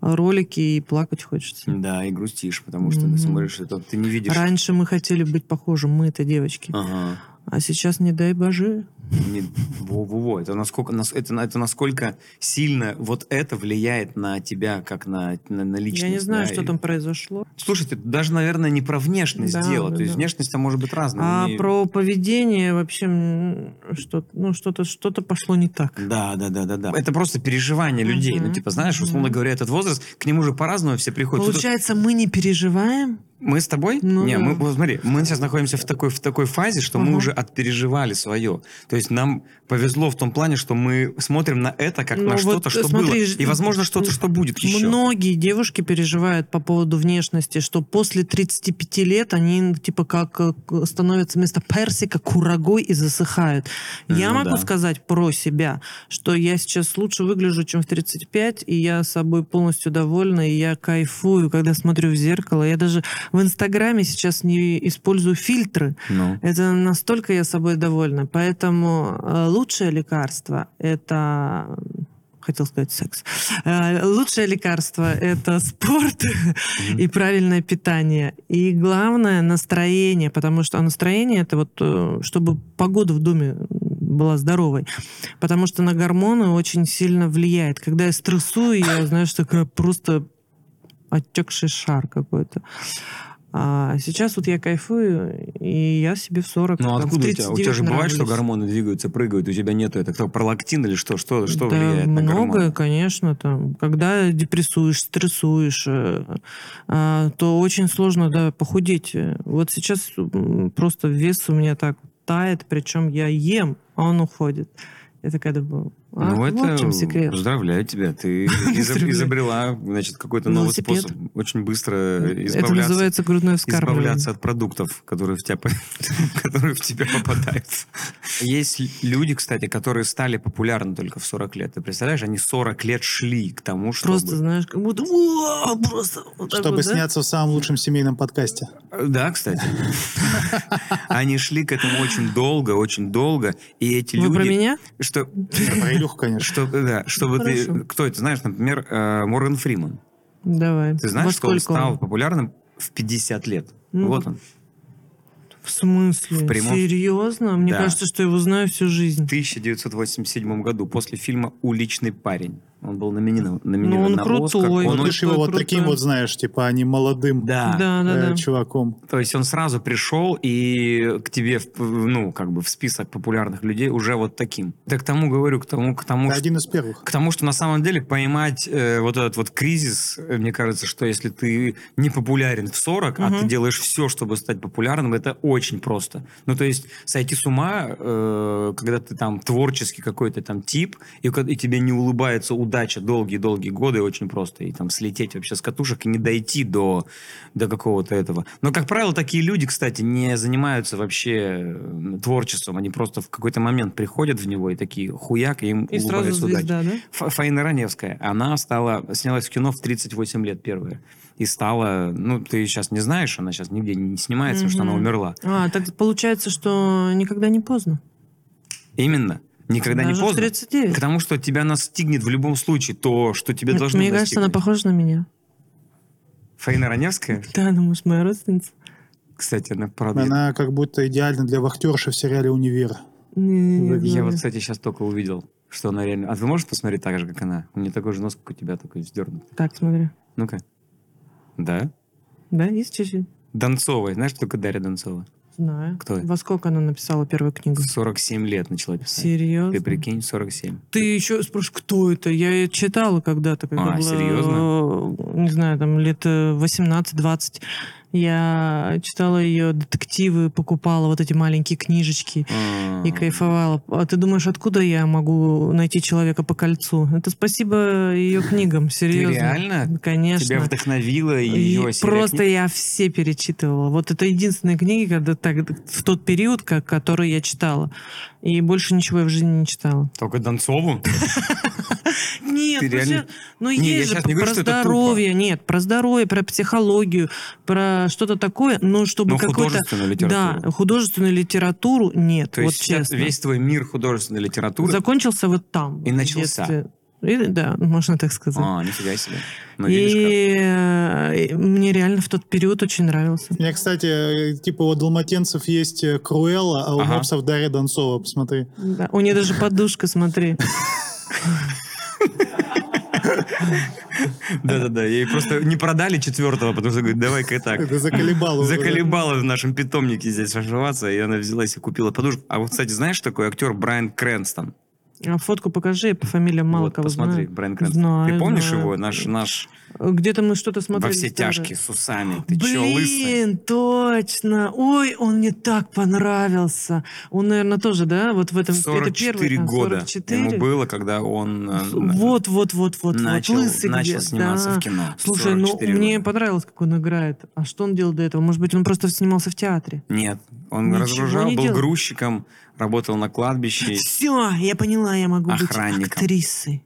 Speaker 2: ролики и плакать хочется.
Speaker 1: Да, и грустишь, потому что ты
Speaker 2: Мгм.
Speaker 1: смотришь, это ты не видишь А.
Speaker 2: Раньше мы хотели быть похожим, мы это девочки.
Speaker 1: Ага.
Speaker 2: А сейчас не дай боже.
Speaker 1: Не- Во-во-во, это насколько, нас- это, на- это насколько сильно вот это влияет на тебя, как на, на, на личность.
Speaker 2: Я не знаю,
Speaker 1: да,
Speaker 2: что
Speaker 1: и-
Speaker 2: там произошло.
Speaker 1: Слушай, ты даже, наверное, не про внешность
Speaker 2: Да,
Speaker 1: дело.
Speaker 2: да,
Speaker 1: То есть
Speaker 2: да.
Speaker 1: внешность-то может быть разная.
Speaker 2: А
Speaker 1: Не-
Speaker 2: про поведение вообще м, что-то, ну, что-то, что-то пошло не так.
Speaker 1: Да, да, да, да, да. Это просто переживание людей. Ну,
Speaker 2: Мгм.
Speaker 1: типа, знаешь, условно
Speaker 2: Мгм.
Speaker 1: говоря, этот возраст, к нему же по-разному все приходят. Кто-то-
Speaker 2: Получается, мы не переживаем?
Speaker 1: Мы с тобой?
Speaker 2: Ну
Speaker 1: не,
Speaker 2: да.
Speaker 1: мы, вот смотри, мы сейчас находимся в такой, в такой фазе, что мы
Speaker 2: Ага.
Speaker 1: уже отпереживали свое. То есть нам повезло в том плане, что мы смотрим на это как
Speaker 2: Ну
Speaker 1: на
Speaker 2: вот,
Speaker 1: что-то,
Speaker 2: э,
Speaker 1: что
Speaker 2: смотри,
Speaker 1: было.
Speaker 2: ж- ну,
Speaker 1: И, возможно, что-то, что будет еще.
Speaker 2: Многие девушки переживают по поводу внешности, что после 35 лет они типа как э, к- становятся вместо персика курагой и засыхают. Я
Speaker 1: Ну
Speaker 2: могу
Speaker 1: да.
Speaker 2: сказать про себя, что я сейчас лучше выгляжу, чем в 35, и я собой полностью довольна, и я кайфую, когда смотрю в зеркало. Я даже в Инстаграме сейчас не использую фильтры,
Speaker 1: Ну.
Speaker 2: это настолько я собой довольна. Поэтому э, лучшее лекарство это м, хотел сказать секс. Э, Лучшее лекарство – это спорт и правильное питание. И главное – настроение, потому что а настроение – это вот, э, чтобы погода в доме была здоровой. Потому что на гормоны очень сильно влияет. Когда я стрессую, я, знаешь, такая просто отекший шар какой-то. А сейчас вот я кайфую, и я себе в 40.
Speaker 1: Ну
Speaker 2: там, в
Speaker 1: откуда у тебя? У тебя
Speaker 2: 39
Speaker 1: же бывает, что
Speaker 2: нравлюсь.
Speaker 1: гормоны двигаются, прыгают, у тебя нету это кто, пролактин или что? Что, что
Speaker 2: Да,
Speaker 1: влияет на
Speaker 2: многое,
Speaker 1: гормоны?
Speaker 2: конечно, там, когда депрессуешь, стрессуешь, э, а, то очень сложно, да, похудеть. Вот сейчас м, просто вес у меня так тает, причем я ем, а он уходит. Я такая думаю, а
Speaker 1: ну, это...
Speaker 2: вот в чем секрет.
Speaker 1: Поздравляю тебя. Ты изоб-
Speaker 2: Поздравляю.
Speaker 1: изобрела, значит, какой-то новый
Speaker 2: Велосипед.
Speaker 1: способ очень быстро
Speaker 2: Э, Это
Speaker 1: избавляться
Speaker 2: называется грудное вскармливание.
Speaker 1: избавляться от продуктов, которые в тебя, по- которые в тебя попадают. Есть л- люди, кстати, которые стали популярны только в 40 лет. Ты представляешь, они 40 лет шли к тому, чтобы...
Speaker 2: Просто, знаешь, как будто «Уа!» просто вот так
Speaker 3: Чтобы
Speaker 2: вот, да?
Speaker 3: сняться в самом лучшем семейном подкасте.
Speaker 1: Да, кстати. Они шли к этому очень долго, очень долго. И эти
Speaker 2: Вы про
Speaker 1: люди...
Speaker 2: меня?
Speaker 1: Что,
Speaker 3: Про Илюху, конечно.
Speaker 1: что, да, чтобы ты...
Speaker 2: Хорошо.
Speaker 1: Кто это? Знаешь, например, э, Морган Фриман.
Speaker 2: Давай.
Speaker 1: Ты знаешь,
Speaker 2: Во
Speaker 1: что он
Speaker 2: сколько он?
Speaker 1: стал популярным в 50 лет.
Speaker 2: Ну,
Speaker 1: вот он.
Speaker 2: В смысле?
Speaker 1: В прямом-
Speaker 2: Серьезно? Мне
Speaker 1: Да.
Speaker 2: кажется, что я его знаю всю жизнь.
Speaker 1: В 1987 году после фильма «Уличный парень». Он был номинирован,
Speaker 2: Ну,
Speaker 1: номинирован
Speaker 2: он
Speaker 1: на
Speaker 2: крутой.
Speaker 1: «Оскар».
Speaker 2: Он
Speaker 1: Он
Speaker 2: такой
Speaker 3: Вот ты
Speaker 1: очень-
Speaker 3: ж его вот
Speaker 2: крутой.
Speaker 3: таким вот, знаешь, типа, а не молодым
Speaker 1: Да.
Speaker 2: да, да,
Speaker 3: э,
Speaker 2: да.
Speaker 3: чуваком.
Speaker 1: То есть он сразу пришел и к тебе, в, ну, как бы в список популярных людей уже вот таким. Да к тому говорю, к тому, к тому,
Speaker 3: Это
Speaker 1: что-
Speaker 3: один из первых.
Speaker 1: к тому, что на самом деле поймать э, вот этот вот кризис, э, мне кажется, что если ты не популярен в 40, а
Speaker 2: Мгм.
Speaker 1: ты делаешь все, чтобы стать популярным, это очень просто. Ну, то есть сойти с ума, э, когда ты там творческий какой-то там тип, и, ко- и тебе не улыбается удача долгие-долгие годы, очень просто. И там слететь вообще с катушек и не дойти до, до какого-то этого. Но, как правило, такие люди, кстати, не занимаются вообще э, творчеством. Они просто в какой-то момент приходят в него и такие хуяк, и им
Speaker 2: И сразу
Speaker 1: улыбается удача.
Speaker 2: звезда, да?
Speaker 1: Фа- Фаина Раневская, она стала, снялась в кино в 38 лет первая. И стала, ну, ты сейчас не знаешь, она сейчас нигде не снимается, потому что она
Speaker 2: Мгм.
Speaker 1: умерла.
Speaker 2: А, так получается, что никогда не поздно.
Speaker 1: Именно. Никогда
Speaker 2: Даже
Speaker 1: не
Speaker 2: в
Speaker 1: поздно.
Speaker 2: 39.
Speaker 1: Потому что тебя настигнет в любом случае то, что тебя
Speaker 2: М-
Speaker 1: должно
Speaker 2: Мне кажется, она
Speaker 1: достигнуть.
Speaker 2: похожа на меня.
Speaker 1: Фаина Раневская,
Speaker 2: Да, думаешь, моя родственница?
Speaker 1: кстати, она правда...
Speaker 3: Она как будто идеально для вахтерши в сериале «Универ».
Speaker 2: Не, не, не
Speaker 1: Я
Speaker 2: знаю.
Speaker 1: вот, кстати, сейчас только увидел, что она реально... А ты можешь посмотреть так же, как она? У меня такой же нос, как у тебя, такой вздернут.
Speaker 2: Так, смотри.
Speaker 1: Ну-ка. Да?
Speaker 2: Да, есть чуть-чуть?
Speaker 1: Донцовой. Знаешь, только Дарья Донцова?
Speaker 2: Знаю.
Speaker 1: Кто это?
Speaker 2: Во сколько она написала первую книгу?
Speaker 1: 47 лет начала писать.
Speaker 2: Серьезно?
Speaker 1: Ты прикинь, 47.
Speaker 2: Ты еще спрашиваешь, кто это? Я ее читала когда-то, когда
Speaker 1: А,
Speaker 2: была,
Speaker 1: серьезно?
Speaker 2: э, не знаю, там лет э, 18-20. Я читала ее детективы, покупала вот эти маленькие книжечки и кайфовала. А ты думаешь, откуда я могу найти человека по кольцу? Это спасибо ее книгам, серьезно.
Speaker 1: реально?
Speaker 2: Конечно.
Speaker 1: Тебя вдохновила
Speaker 2: И
Speaker 1: ее
Speaker 2: просто я все перечитывала. Вот это единственные книги, когда так, в тот период, как, который я читала. И больше ничего я в жизни не читала.
Speaker 1: Только Донцову?
Speaker 2: Нет,
Speaker 1: Ты
Speaker 2: ну,
Speaker 1: реально-
Speaker 2: сейчас- ну
Speaker 1: Не, я
Speaker 2: есть же
Speaker 1: щас не говорю,
Speaker 2: про
Speaker 1: что это тупо.
Speaker 2: здоровье, нет, про здоровье, про психологию, про что-то такое, но чтобы
Speaker 1: Ну,
Speaker 2: какой-то...
Speaker 1: художественную литературу.
Speaker 2: Да, художественную литературу нет,
Speaker 1: То
Speaker 2: вот
Speaker 1: есть сейчас
Speaker 2: честно.
Speaker 1: весь твой мир художественной литературы.
Speaker 2: Закончился вот там.
Speaker 1: И
Speaker 2: вот, в
Speaker 1: начался.
Speaker 2: детстве. Или, да, можно так сказать.
Speaker 1: А, нифига себе. Ну, видишь,
Speaker 2: и э, мне реально в тот период очень нравился.
Speaker 3: меня, кстати, э, типа у далматинцев есть э, Круэлла, а у
Speaker 1: Ага.
Speaker 3: мопсов Дарья Донцова, посмотри.
Speaker 2: Да, У нее даже подушка, смотри.
Speaker 1: как. Да-да-да, ей просто не продали четвертого, потому что говорит, давай-ка и так.
Speaker 3: Это заколебало. уже, да.
Speaker 1: Заколебала в нашем питомнике здесь ошиваться, и она взялась и купила подушку. А вот, кстати, знаешь такой актер Брайан Крэнстон?
Speaker 2: А Фотку покажи, я по фамилиям мало
Speaker 1: Вот,
Speaker 2: кого
Speaker 1: посмотри,
Speaker 2: знаю.
Speaker 1: Брайан Крэнстон.
Speaker 2: Знаю,
Speaker 1: Ты помнишь
Speaker 2: знаю.
Speaker 1: его? Наш, наш
Speaker 2: Где-то мы что-то смотрели.
Speaker 1: во все
Speaker 2: тоже.
Speaker 1: тяжкие с усами. Ты че, лысый?
Speaker 2: Блин, точно. Ой, он мне так понравился. Он, наверное, тоже, да, вот в этом... это первый,
Speaker 1: 44
Speaker 2: там,
Speaker 1: года
Speaker 2: 44.
Speaker 1: ему было, когда он э,
Speaker 2: Вот, вот, вот, вот,
Speaker 1: начал,
Speaker 2: вот. Лысый
Speaker 1: начал
Speaker 2: где,
Speaker 1: сниматься
Speaker 2: да.
Speaker 1: в кино.
Speaker 2: Слушай, ну
Speaker 1: 44
Speaker 2: мне
Speaker 1: года.
Speaker 2: понравилось, как он играет. А что он делал до этого? Может быть, он просто снимался в театре?
Speaker 1: Нет, он
Speaker 2: Ничего
Speaker 1: разгружал,
Speaker 2: не
Speaker 1: был
Speaker 2: делал.
Speaker 1: грузчиком, работал на кладбище.
Speaker 2: Все, я поняла, я могу
Speaker 1: Охранником.
Speaker 2: быть актрисой.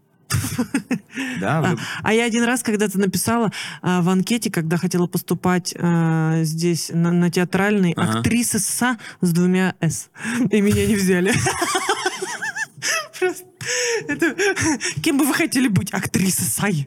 Speaker 1: Да, вы-
Speaker 2: А я один раз когда-то написала а, в анкете, когда хотела поступать а, здесь на, на театральный,
Speaker 1: Ага.
Speaker 2: актриса с, с двумя «с». И меня не взяли. Просто это- Кем бы вы хотели быть? Актриса Сай.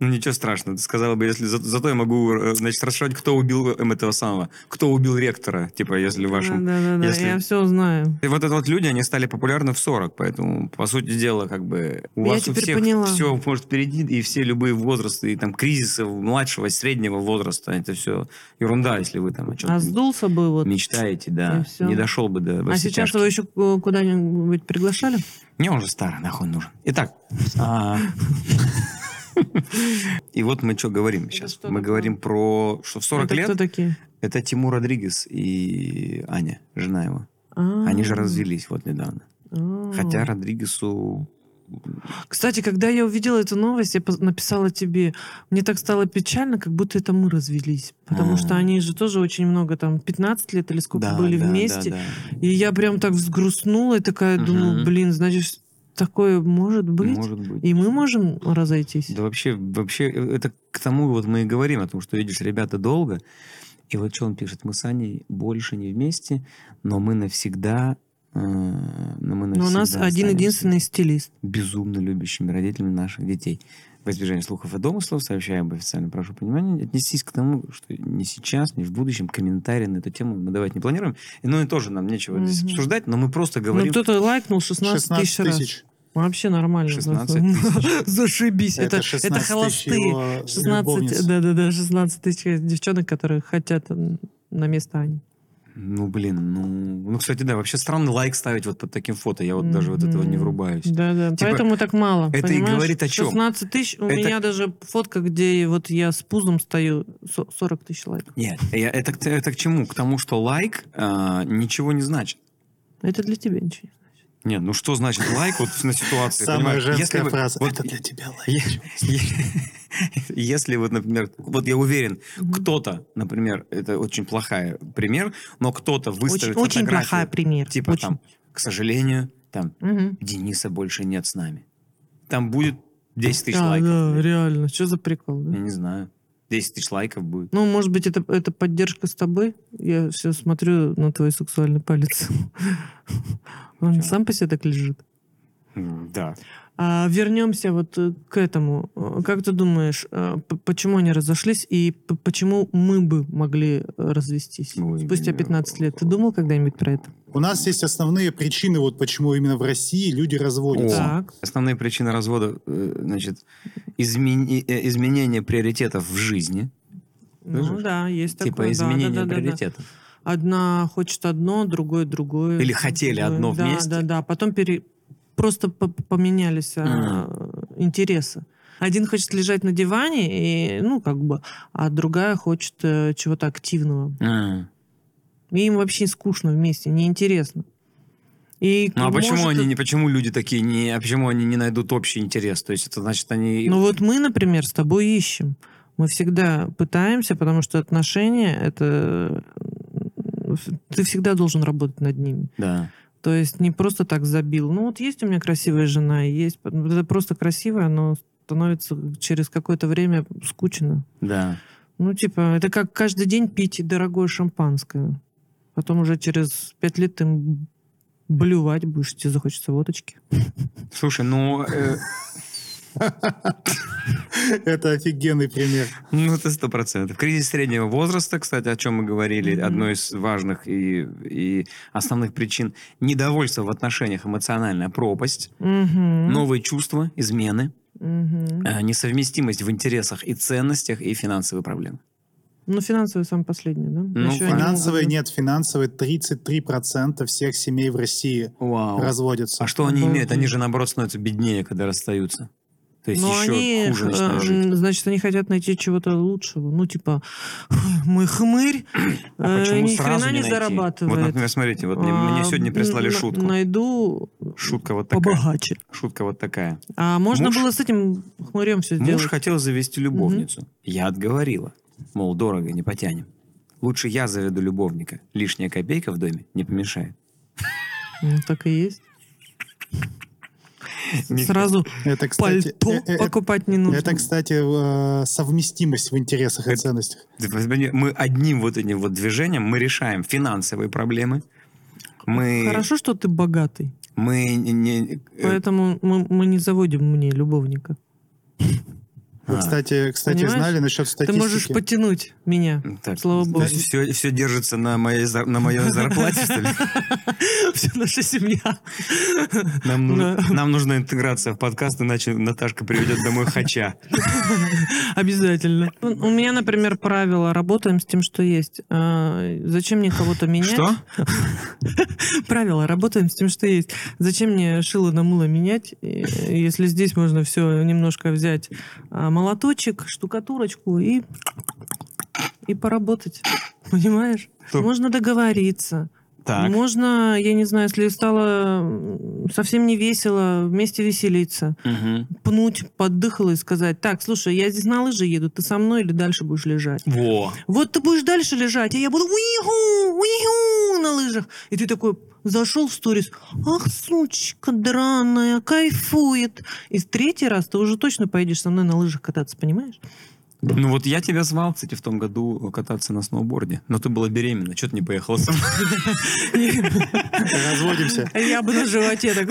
Speaker 1: Ну ничего страшного, ты сказала бы, если за- зато я могу, э, значит, расшифровать, кто убил э, этого самого, кто убил ректора, типа, если в вашем...
Speaker 2: Да-да-да,
Speaker 1: если-
Speaker 2: я все знаю.
Speaker 1: И вот это вот люди, они стали популярны в 40, поэтому, по сути дела, как бы у
Speaker 2: Я
Speaker 1: вас у
Speaker 2: теперь
Speaker 1: всех
Speaker 2: поняла.
Speaker 1: все может впереди, и все любые возрасты, и там кризисы младшего, среднего возраста, это все ерунда, если вы там о чем-то
Speaker 2: А сдулся бы вот.
Speaker 1: мечтаете, да,
Speaker 2: И всё.
Speaker 1: не дошел бы до во
Speaker 2: А
Speaker 1: все
Speaker 2: сейчас
Speaker 1: тяжкие.
Speaker 2: его еще ку- куда-нибудь приглашали?
Speaker 1: Мне он же старый, нахуй нужен. Итак. а, И вот мы что говорим сейчас.
Speaker 2: что
Speaker 1: Мы
Speaker 2: такое?
Speaker 1: говорим про... Что в 40
Speaker 2: Это Ну, кто
Speaker 1: лет
Speaker 2: такие?
Speaker 1: это Тимур Родригес и Аня, жена его.
Speaker 2: А.
Speaker 1: Они же развелись вот недавно.
Speaker 2: А.
Speaker 1: Хотя Родригесу...
Speaker 2: Кстати, когда я увидела эту новость, я пос- написала тебе, мне так стало печально, как будто это мы развелись. Потому
Speaker 1: М.
Speaker 2: что они же тоже очень много, там, 15 лет или сколько
Speaker 1: А. Да,
Speaker 2: были
Speaker 1: да, да,
Speaker 2: вместе.
Speaker 1: да.
Speaker 2: И я прям так взгрустнула и такая
Speaker 1: Мгм.
Speaker 2: думаю, блин, значит, такое может быть?
Speaker 1: Может быть.
Speaker 2: И мы можем разойтись?
Speaker 1: Да вообще, вообще, э, это к тому вот мы и говорим о том, что, видишь, ребята долго. И вот что он пишет, мы с Аней больше не вместе, но мы навсегда... э, Но, мы
Speaker 2: Но у нас
Speaker 1: навсегда останемся».
Speaker 2: один-единственный стилист.
Speaker 1: безумно любящими родителями наших детей. В избежание слухов и домыслов сообщаем об официально, прошу понимания, отнестись к тому, что ни сейчас, ни в будущем комментарии на эту тему мы давать не планируем. И, ну и тоже нам нечего здесь
Speaker 2: Мгм.
Speaker 1: обсуждать, но мы просто
Speaker 2: Ну,
Speaker 1: говорим...
Speaker 2: кто-то лайкнул 16,
Speaker 3: 16
Speaker 2: тысяч раз.
Speaker 3: тысяч.
Speaker 2: Вообще нормально.
Speaker 1: 16
Speaker 2: Зашибись. Это, это,
Speaker 3: 16 тысяч
Speaker 2: холостые.
Speaker 3: его
Speaker 2: 16,
Speaker 3: любовниц.
Speaker 2: да, да, да, 16 тысяч девчонок, которые хотят м, на место Ани.
Speaker 1: Ну, блин, ну... Ну, кстати, да, вообще странно лайк ставить вот под таким фото. Я вот даже вот этого не
Speaker 2: Мгм.
Speaker 1: врубаюсь.
Speaker 2: Да, да.
Speaker 1: Типа,
Speaker 2: Поэтому так мало.
Speaker 1: это и
Speaker 2: понимаешь?
Speaker 1: говорит о чём?
Speaker 2: 16 тысяч. У
Speaker 1: Это-
Speaker 2: меня даже фотка, где вот я с пузом стою, со- 40 тысяч лайков.
Speaker 1: Нет, я- это, к- это к чему? К тому, что лайк а, ничего не значит.
Speaker 2: Это для тебя ничего.
Speaker 1: Нет, ну что значит лайк вот на ситуации?
Speaker 3: Самая
Speaker 1: понимаешь?
Speaker 3: женская
Speaker 1: бы-
Speaker 3: фраза.
Speaker 1: вот
Speaker 3: это для тебя лайк.
Speaker 1: Если вот, например, вот я уверен, кто-то, например, это очень плохая пример, но кто-то
Speaker 2: Очень,
Speaker 1: выставит
Speaker 2: очень
Speaker 1: фотографию,
Speaker 2: плохая пример.
Speaker 1: Типа
Speaker 2: Очень.
Speaker 1: там, к сожалению, там
Speaker 2: Мгм.
Speaker 1: Дениса больше нет с нами. Там будет 10 тысяч
Speaker 2: А,
Speaker 1: лайков.
Speaker 2: да, реально. Что за прикол? да?
Speaker 1: Я не знаю. 10 тысяч лайков будет.
Speaker 2: Ну, может быть, это, это поддержка с тобой? Я все смотрю на твой сексуальный палец. Он
Speaker 1: Чё?
Speaker 2: сам по себе так лежит.
Speaker 1: М, Да.
Speaker 2: А вернемся вот э, к этому. Э, Как ты думаешь, э, п- почему они разошлись и п- почему мы бы могли э, развестись
Speaker 1: Ой,
Speaker 2: спустя
Speaker 1: блин.
Speaker 2: 15 лет? Ты думал когда-нибудь про это?
Speaker 3: У нас есть основные причины, вот почему именно в России люди разводятся.
Speaker 1: О.
Speaker 2: Так.
Speaker 1: Основные причины развода, э, значит, измени- э, изменение приоритетов в жизни.
Speaker 2: Ну
Speaker 1: Слышишь?
Speaker 2: да, есть
Speaker 1: Типа
Speaker 2: такое. да,
Speaker 1: изменение
Speaker 2: да, да, да, да.
Speaker 1: приоритетов.
Speaker 2: Одна хочет одно, другой другое.
Speaker 1: Или хотели
Speaker 2: другое.
Speaker 1: одно
Speaker 2: да,
Speaker 1: вместе.
Speaker 2: Да, да, Потом пере- просто по- поменялись а, интересы. Один хочет лежать на диване, и, ну, как бы, а другая хочет э, чего-то активного.
Speaker 1: М.
Speaker 2: И им вообще скучно вместе, неинтересно. И
Speaker 1: Ну а почему
Speaker 2: может,
Speaker 1: они не, почему люди такие не, а почему они не найдут общий интерес? То есть это значит они.
Speaker 2: Ну вот мы, например, с тобой ищем. Мы всегда пытаемся, потому что отношения это э, ты всегда должен работать над ними.
Speaker 1: да.
Speaker 2: То есть не просто так забил. Ну вот есть у меня красивая жена, и есть вот это просто красивая, но становится через какое-то время скучно.
Speaker 1: Да.
Speaker 2: Ну типа это как каждый день пить дорогое шампанское. Потом уже через пять лет ты м, Блювать будешь, тебе захочется водочки.
Speaker 1: Слушай, ну... э,
Speaker 3: Это офигенный пример.
Speaker 1: Ну, это сто процентов. Кризис среднего возраста, кстати, о чем мы говорили,
Speaker 2: Мгм.
Speaker 1: одной из важных и, и основных причин недовольства в отношениях эмоциональная пропасть,
Speaker 2: Мгм.
Speaker 1: новые чувства, измены,
Speaker 2: Мгм.
Speaker 1: Ну, э, несовместимость в интересах и ценностях и финансовые проблемы.
Speaker 2: Ну, финансовый самый последний, да?
Speaker 1: Ну,
Speaker 2: Ещё они
Speaker 3: Финансовые
Speaker 2: могут-
Speaker 3: нет, финансовые 33% всех семей в России
Speaker 1: Вау.
Speaker 3: разводятся.
Speaker 1: А что они имеют? Они
Speaker 2: Обалдеть.
Speaker 1: же, наоборот, становятся беднее, когда расстаются. То есть
Speaker 2: Ну,
Speaker 1: еще
Speaker 2: они,
Speaker 1: хуже
Speaker 2: э,
Speaker 1: начинают жить.
Speaker 2: м, значит, они хотят найти чего-то лучшего. Ну, типа, мой хмырь
Speaker 1: А
Speaker 2: э,
Speaker 1: почему
Speaker 2: ни
Speaker 1: сразу
Speaker 2: хрена не,
Speaker 1: найти?
Speaker 2: зарабатывает.
Speaker 1: Вот, например, смотрите, вот мне, мне
Speaker 2: А,
Speaker 1: сегодня прислали
Speaker 2: н-
Speaker 1: шутку.
Speaker 2: Найду
Speaker 1: Шутка вот такая.
Speaker 2: побогаче.
Speaker 1: Шутка вот такая.
Speaker 2: А можно
Speaker 1: Муж-
Speaker 2: было с этим хмырем все
Speaker 1: Муж
Speaker 2: сделать?
Speaker 1: хотел завести любовницу. Я отговорила. Мол, дорого, не потянем. Лучше я заведу любовника. Лишняя копейка в доме не помешает.
Speaker 2: Ну, так и есть.
Speaker 1: Мих-
Speaker 2: Сразу
Speaker 3: Это, кстати,
Speaker 2: пальто
Speaker 3: э, э,
Speaker 2: покупать не нужно.
Speaker 3: это, кстати, э, совместимость в интересах и
Speaker 1: Это-
Speaker 3: ценностях.
Speaker 1: Ты возьми, Мы одним вот этим вот движением мы решаем финансовые проблемы. Мы,
Speaker 2: Хорошо, что ты богатый.
Speaker 1: мы не- не- э,
Speaker 2: Поэтому мы, мы не заводим мне любовника.
Speaker 3: Вы,
Speaker 1: А.
Speaker 3: кстати, кстати,
Speaker 2: Понимаешь?
Speaker 3: знали насчет
Speaker 2: Ты можешь
Speaker 3: статистики?
Speaker 2: потянуть меня.
Speaker 1: так,
Speaker 2: слава богу.
Speaker 1: Все, все держится на моей, зар- на моей зарплате, что ли?
Speaker 2: Вся наша семья.
Speaker 1: Нам, нуж-
Speaker 2: Да.
Speaker 1: нам нужна интеграция в подкаст, иначе Наташка приведет домой хача.
Speaker 2: Обязательно. У Ну, у меня, например, правило. Работаем с тем, что есть. А, Зачем мне кого-то менять?
Speaker 1: Что?
Speaker 2: Правило. Работаем с тем, что есть. Зачем мне шило на мыло менять, э, если здесь можно все немножко взять а, молоточек, штукатурочку и и поработать. Понимаешь?
Speaker 1: Что?
Speaker 2: Можно договориться.
Speaker 1: Так.
Speaker 2: Можно, я не знаю, если стало м, совсем не весело, вместе веселиться.
Speaker 1: Мгм.
Speaker 2: пнуть под дыхало и сказать, так, слушай, я здесь на лыжи еду, ты со мной или дальше будешь лежать?
Speaker 1: Во.
Speaker 2: Вот ты будешь дальше лежать, а я буду уиху, уиху на лыжах. И ты такой зашел в сторис, ах, сучка драная, кайфует. И в третий раз ты уже точно поедешь со мной на лыжах кататься, понимаешь?
Speaker 1: Ну вот я тебя звал, кстати, в том году кататься на сноуборде, но ты была беременна, что ты не поехала со мной?
Speaker 3: Разводимся.
Speaker 2: А Я бы на животе так.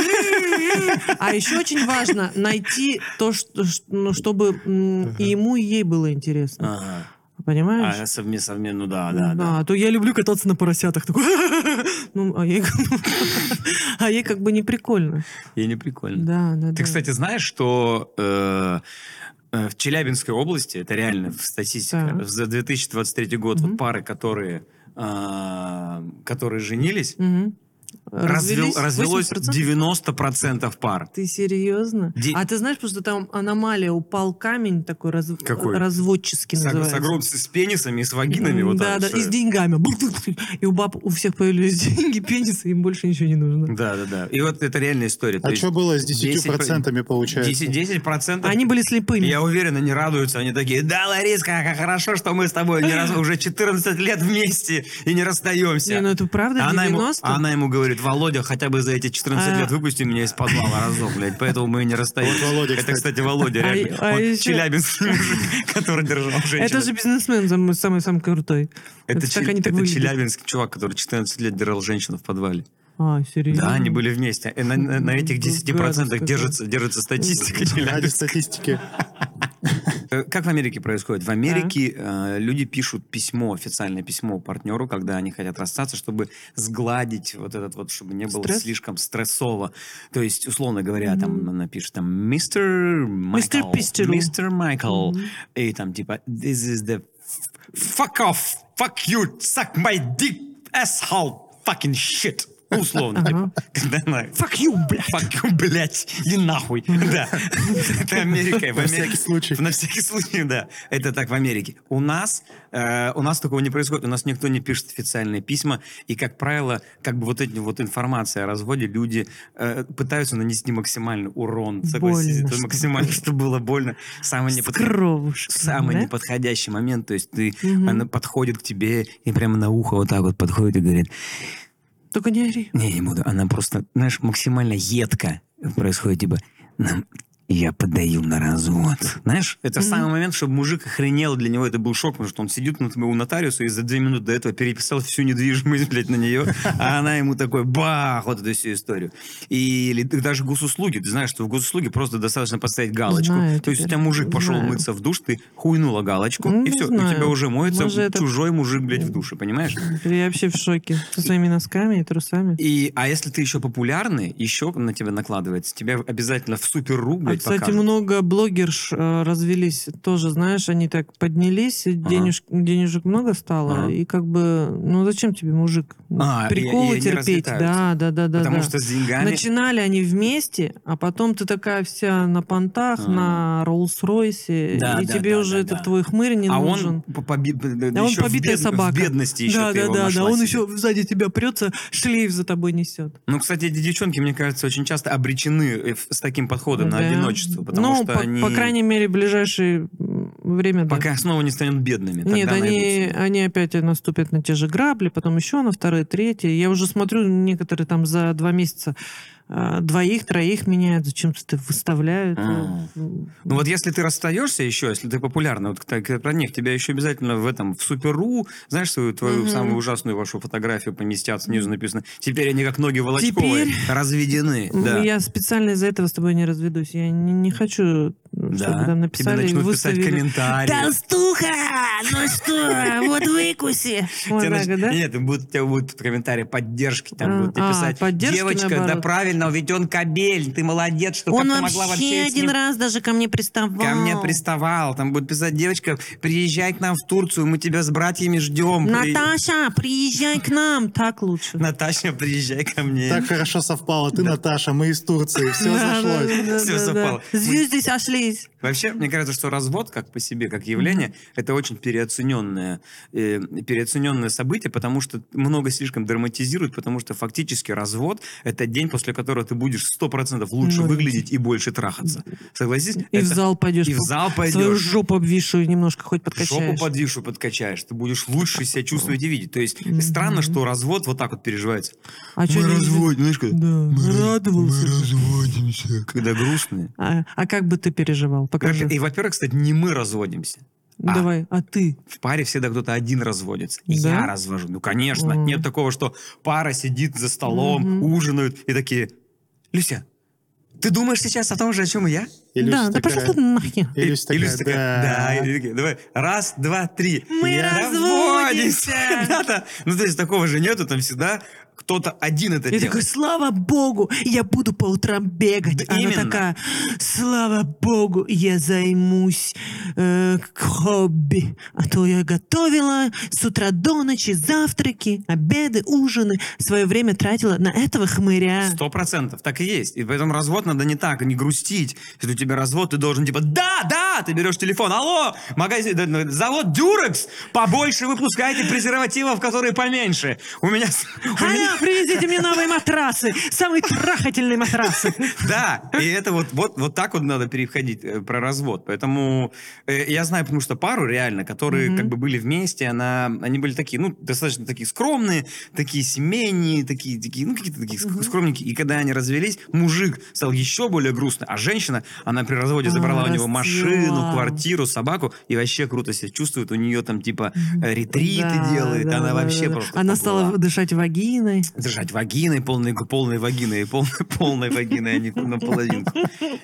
Speaker 2: А еще очень важно найти то, что, ш- ну, чтобы м, и ему, и ей было интересно. Понимаешь?
Speaker 1: А совместно, ну да,
Speaker 2: Да, а то я люблю кататься на поросятах. Такой, ну, а ей, а ей как бы не прикольно.
Speaker 1: И не прикольно.
Speaker 2: Да, да, да.
Speaker 1: Ты, кстати, знаешь, что э, э, в Челябинской области, это реально в статистике,
Speaker 2: Так.
Speaker 1: за 2023 год
Speaker 2: Мгм.
Speaker 1: вот пары, которые а, которые женились,
Speaker 2: Мгм.
Speaker 1: развел-
Speaker 2: Развелись?
Speaker 1: развелось
Speaker 2: 80%?
Speaker 1: 90% пар.
Speaker 2: Ты серьезно?
Speaker 1: Де-
Speaker 2: А ты знаешь, потому что там аномалия, упал камень такой раз...
Speaker 1: Какой?
Speaker 2: разводческий
Speaker 1: С,
Speaker 2: называется.
Speaker 1: с, огром- с пенисами и с вагинами.
Speaker 2: М,
Speaker 1: вот
Speaker 2: да,
Speaker 1: так
Speaker 2: да,
Speaker 1: всё.
Speaker 2: и с деньгами. И у баб у всех появились деньги, пенисы, им больше ничего не нужно.
Speaker 1: да, да, да. И вот это реальная история. То
Speaker 3: А
Speaker 1: есть
Speaker 3: что было с 10%
Speaker 1: 10%,
Speaker 3: получается?
Speaker 1: 10 процентов.
Speaker 2: А Они были слепыми.
Speaker 1: Я уверен, они радуются. Они такие, да, Лариска, как хорошо, что мы с тобой не раз- уже 14 лет вместе и не расстаемся.
Speaker 2: Не, ну это правда,
Speaker 1: А она, ему,
Speaker 2: 90?
Speaker 1: а она ему говорит, Володя, хотя бы за эти 14
Speaker 2: А.
Speaker 1: лет выпусти меня из подвала разок, блядь, поэтому мы и не расстаемся.
Speaker 3: Вот Володя,
Speaker 1: Это,
Speaker 3: кстати.
Speaker 1: кстати, Володя,
Speaker 2: А
Speaker 1: реально.
Speaker 2: и- а
Speaker 1: Вот
Speaker 2: еще-
Speaker 1: челябинский мужик, который держал женщину.
Speaker 2: Это же бизнесмен зам- самый-самый крутой. это так
Speaker 1: Чил-
Speaker 2: они так
Speaker 1: это
Speaker 2: выглядят.
Speaker 1: челябинский чувак, который 14 лет держал женщину в подвале.
Speaker 2: А, серьезно?
Speaker 1: Да, они были вместе. И На, на- на этих
Speaker 2: Гадость
Speaker 1: 10%
Speaker 2: какая.
Speaker 1: держится, держится статистика
Speaker 3: Ради
Speaker 1: челябинская.
Speaker 3: статистики.
Speaker 1: Э, Как в Америке происходит? В Америке э, люди пишут письмо, официальное письмо партнеру, когда они хотят расстаться, чтобы сгладить вот этот вот, чтобы не было
Speaker 2: Стресс?
Speaker 1: слишком стрессово. То есть, условно говоря,
Speaker 2: Мгм.
Speaker 1: там она пишет там «Мистер
Speaker 2: Мистер
Speaker 1: Майкл».
Speaker 2: Пистеру».
Speaker 1: «Мистер Майкл».
Speaker 2: Мгм.
Speaker 1: И там типа «This is the f- fuck off, fuck you, suck my dick, asshole, fucking shit». Ну, Условно, типа. Когда она «Fuck you, блядь!» «Fuck you, блядь!» «И нахуй!» Да. Это Америка. и в
Speaker 3: На
Speaker 1: Америке-
Speaker 3: всякий случай.
Speaker 1: на всякий случай, да. Это так в Америке. У нас, э, у нас такого не происходит. У нас никто не пишет официальные письма. И, как правило, как бы вот эти вот информация о разводе люди э, пытаются нанести максимальный урон. согласитесь.
Speaker 2: Больно,
Speaker 1: Это
Speaker 2: чтобы
Speaker 1: максимально, что было больно. Самый, неподходящий
Speaker 2: Скровушка,
Speaker 1: самый
Speaker 2: да?
Speaker 1: неподходящий момент. То есть ты,
Speaker 2: Мгм.
Speaker 1: она подходит к тебе и прямо на ухо вот так вот подходит и говорит,
Speaker 2: Только не ори.
Speaker 1: не, не буду. Она просто, знаешь, максимально едко происходит, типа, нам я подаю на развод. Знаешь, это самый момент, чтобы мужик охренел, для него это был шок, потому что он сидит на у нотариуса и за две минуты до этого переписал всю недвижимость, блядь, на нее, а она ему такой бах, вот эту всю историю. И или даже госуслуги, ты знаешь, что в госуслуге просто достаточно поставить галочку.
Speaker 2: Знаю
Speaker 1: То есть у
Speaker 2: теперь,
Speaker 1: тебя мужик пошел
Speaker 2: знаю.
Speaker 1: мыться в душ, ты хуйнула галочку,
Speaker 2: Ну,
Speaker 1: и
Speaker 2: не
Speaker 1: все, у
Speaker 2: знаю.
Speaker 1: тебя уже моется
Speaker 2: Может, это-
Speaker 1: чужой мужик, блядь, в душе, понимаешь?
Speaker 2: Я вообще в шоке. Со своими носками и трусами.
Speaker 1: И, а если ты еще популярный, еще на тебя накладывается, тебя обязательно в супер
Speaker 2: А,
Speaker 1: блядь,
Speaker 2: кстати,
Speaker 1: покажут.
Speaker 2: много блогерш э, развелись тоже, знаешь, они так поднялись, и
Speaker 1: Ага.
Speaker 2: денеж- денежек много стало,
Speaker 1: Ага.
Speaker 2: и как бы, ну зачем тебе мужик?
Speaker 1: А, и- и
Speaker 2: Приколы
Speaker 1: они
Speaker 2: терпеть,
Speaker 1: разлетаются.
Speaker 2: да, да, да, да.
Speaker 1: Потому
Speaker 2: да.
Speaker 1: что с деньгами...
Speaker 2: Начинали они вместе, а потом ты такая вся на понтах,
Speaker 1: А.
Speaker 2: на Роллс-Ройсе,
Speaker 1: Да,
Speaker 2: и
Speaker 1: да,
Speaker 2: тебе
Speaker 1: да,
Speaker 2: уже
Speaker 1: да,
Speaker 2: этот
Speaker 1: да.
Speaker 2: твой хмырь не
Speaker 1: а
Speaker 2: нужен.
Speaker 1: он, по- поби- да,
Speaker 2: а он
Speaker 1: еще в
Speaker 2: побитая
Speaker 1: бед-
Speaker 2: собака.
Speaker 1: В бедности еще
Speaker 2: да,
Speaker 1: ты
Speaker 2: да,
Speaker 1: его
Speaker 2: да, да.
Speaker 1: нашла
Speaker 2: Он
Speaker 1: себе.
Speaker 2: еще сзади тебя прется, шлейф за тобой несет.
Speaker 1: Ну, кстати, эти девчонки, мне кажется, очень часто обречены э, в- с таким подходом на
Speaker 2: Да.
Speaker 1: одиночество, потому
Speaker 2: ну,
Speaker 1: что
Speaker 2: по,
Speaker 1: они...
Speaker 2: по крайней мере, в ближайшее м, время, да.
Speaker 1: Пока снова не станут бедными,
Speaker 2: Нет,
Speaker 1: тогда
Speaker 2: они,
Speaker 1: найдутся.
Speaker 2: они опять наступят на те же грабли, потом еще на вторые, третьи. Я уже смотрю, некоторые там за два месяца а, двоих, троих меняют, зачем-то ты выставляют.
Speaker 1: А. Ну вот если ты расстаешься еще, если ты популярна, вот так, про них, тебя еще обязательно в этом, в Суперу, знаешь, свою твою
Speaker 2: Мгм.
Speaker 1: самую ужасную вашу фотографию поместят, снизу написано, теперь они как ноги волочковые,
Speaker 2: Теперь- Ну,
Speaker 1: разведены. Да.
Speaker 2: Я специально из-за этого с тобой не разведусь. Я не, не хочу, чтобы
Speaker 1: Да.
Speaker 2: там
Speaker 1: Тебе
Speaker 2: написали и
Speaker 1: начнут писать
Speaker 2: выставили.
Speaker 1: комментарии.
Speaker 2: Толстуха! Ну что, вот выкуси! Вот
Speaker 1: Тебе
Speaker 2: так
Speaker 1: нач-
Speaker 2: вот, да?
Speaker 1: Нет, будут, тебе будут комментарии поддержки, там
Speaker 2: А,
Speaker 1: будут тебе
Speaker 2: а,
Speaker 1: писать.
Speaker 2: поддержки,
Speaker 1: Девочка, да
Speaker 2: наоборот.
Speaker 1: правильно, ведь он кабель, ты молодец, что
Speaker 2: Он
Speaker 1: как ты
Speaker 2: вообще,
Speaker 1: могла вообще с
Speaker 2: один
Speaker 1: ним
Speaker 2: раз даже ко мне приставал.
Speaker 1: Ко мне приставал, там будут писать, девочка, приезжай к нам в Турцию, мы тебя с братьями ждем. При-
Speaker 2: Наташа, приезжай к нам, так лучше.
Speaker 1: Наташа, приезжай ко мне.
Speaker 3: Так хорошо совпало. Ты, Наташа, мы из Турции. Все зашлось.
Speaker 1: Всё совпало.
Speaker 2: Звезды сошлись.
Speaker 1: Вообще, мне кажется, что развод как по себе, как явление, это очень переоцененное, э, переоцененное событие, потому что много слишком драматизирует, потому что фактически развод — это день, после которого ты будешь 100% лучше
Speaker 2: Ну,
Speaker 1: выглядеть и больше трахаться. Согласись?
Speaker 2: И в
Speaker 1: Это-
Speaker 2: зал пойдешь.
Speaker 1: И в зал
Speaker 2: Свою
Speaker 1: пойдешь.
Speaker 2: жопу обвишу немножко хоть
Speaker 1: Жопу
Speaker 2: подкачаешь.
Speaker 1: подвишу, подкачаешь. Ты будешь лучше себя чувствовать и видеть. То есть
Speaker 2: Мгм.
Speaker 1: странно, что развод вот так вот переживается.
Speaker 2: А чё не-
Speaker 1: знаешь, когда,
Speaker 2: Да, радовался.
Speaker 1: разводимся. Когда грустные.
Speaker 2: А, а как бы ты переживал? Покажи.
Speaker 1: И, во-первых, кстати, не мы разводимся. а.
Speaker 2: Давай, а ты?
Speaker 1: В паре всегда кто-то один разводится.
Speaker 2: Да?
Speaker 1: Я развожу. Ну, конечно.
Speaker 2: М.
Speaker 1: Нет такого, что пара сидит за столом,
Speaker 2: Мгм.
Speaker 1: ужинают и такие... Люся, ты думаешь сейчас о том же, о чем и я?
Speaker 3: И Люся
Speaker 2: да, да
Speaker 3: такая-
Speaker 2: пошла ты нахер.
Speaker 3: и Люся
Speaker 1: И
Speaker 3: такая,
Speaker 1: Люся такая, да.
Speaker 3: да.
Speaker 1: И такие, давай, раз, два, три.
Speaker 2: Мы разводимся.
Speaker 1: Да-да. Ну, то есть такого же нету, там всегда кто-то один это
Speaker 2: Я
Speaker 1: делает.
Speaker 2: такой, слава богу, я буду по утрам бегать.
Speaker 1: Да
Speaker 2: Она
Speaker 1: именно.
Speaker 2: такая, слава богу, я займусь э, к- хобби. А то я готовила с утра до ночи завтраки, обеды, ужины. Свое время тратила на этого хмыря.
Speaker 1: Сто процентов, так и есть. И поэтому развод надо не так, не грустить. Если у тебя развод, ты должен типа, да, да, ты берешь телефон, алло, магазин, да, ну, завод Дюрекс, побольше выпускайте презервативов, которые поменьше. У меня... с- у меня-
Speaker 2: Алло, привезите мне новые матрасы, самые трахательные матрасы.
Speaker 1: Да, и это вот, вот, вот так вот надо переходить э, про развод. Поэтому э, я знаю, потому что пару реально, которые
Speaker 2: Мгм.
Speaker 1: как бы были вместе, она, они были такие, ну, достаточно такие скромные, такие семейные, такие, такие ну, какие-то такие ск- скромненькие. И когда они развелись, мужик стал еще более грустный, а женщина, она при разводе
Speaker 2: А,
Speaker 1: забрала у него
Speaker 2: расцвела.
Speaker 1: машину, квартиру, собаку, и вообще круто себя чувствует. У нее там типа э, ретриты
Speaker 2: Да,
Speaker 1: делает,
Speaker 2: да,
Speaker 1: она
Speaker 2: да,
Speaker 1: вообще
Speaker 2: да, да.
Speaker 1: просто
Speaker 2: Она
Speaker 1: поплыла
Speaker 2: стала дышать вагиной.
Speaker 1: держать вагины, полной, полной вагины, полной, полной вагины, а не наполовинку.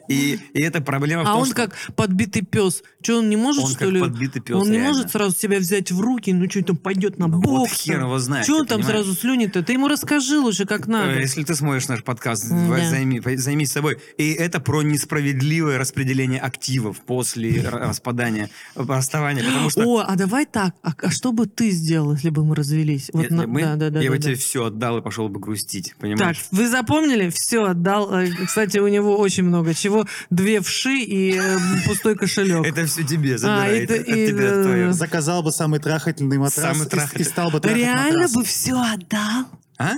Speaker 1: И, и эта проблема в
Speaker 2: А
Speaker 1: том,
Speaker 2: он
Speaker 1: что
Speaker 2: как подбитый пес. Че, он не может,
Speaker 1: он
Speaker 2: что
Speaker 1: как
Speaker 2: ли?
Speaker 1: подбитый пес.
Speaker 2: он не
Speaker 1: реально.
Speaker 2: может сразу себя взять в руки, ну что, там пойдет на
Speaker 1: Ну, вот
Speaker 2: бокс.
Speaker 1: хер его знает.
Speaker 2: Чего
Speaker 1: ты
Speaker 2: он там
Speaker 1: понимаешь?
Speaker 2: сразу слюнит-то? Ты ему расскажи лучше, как
Speaker 1: Э,
Speaker 2: надо.
Speaker 1: Если ты смотришь наш подкаст,
Speaker 2: М,
Speaker 1: давай
Speaker 2: да.
Speaker 1: займи- по- займись собой. И это про несправедливое распределение активов после р- распадания, расставания. Потому что
Speaker 2: О, а давай так. А, а что бы ты сделал, если бы мы развелись? Вот
Speaker 1: если
Speaker 2: на-
Speaker 1: мы-
Speaker 2: да, да, да,
Speaker 1: я
Speaker 2: да,
Speaker 1: бы
Speaker 2: да.
Speaker 1: тебе все отдал и пошел бы грустить.
Speaker 2: Так,
Speaker 1: Понимаешь?
Speaker 2: вы запомнили? Все отдал. Э, Кстати, у него очень много чего. Две вши и э, пустой кошелек.
Speaker 1: Это все тебе забирай.
Speaker 2: и
Speaker 1: это
Speaker 2: ты-
Speaker 1: от
Speaker 2: а, и, э,
Speaker 1: тебя
Speaker 2: да,
Speaker 1: твое.
Speaker 2: да,
Speaker 3: Заказал бы самый трахательный матрас
Speaker 1: Самый
Speaker 3: и- и,
Speaker 1: трахательный.
Speaker 3: стал бы трахать
Speaker 2: Реально
Speaker 3: матрас.
Speaker 2: бы все отдал?
Speaker 1: А?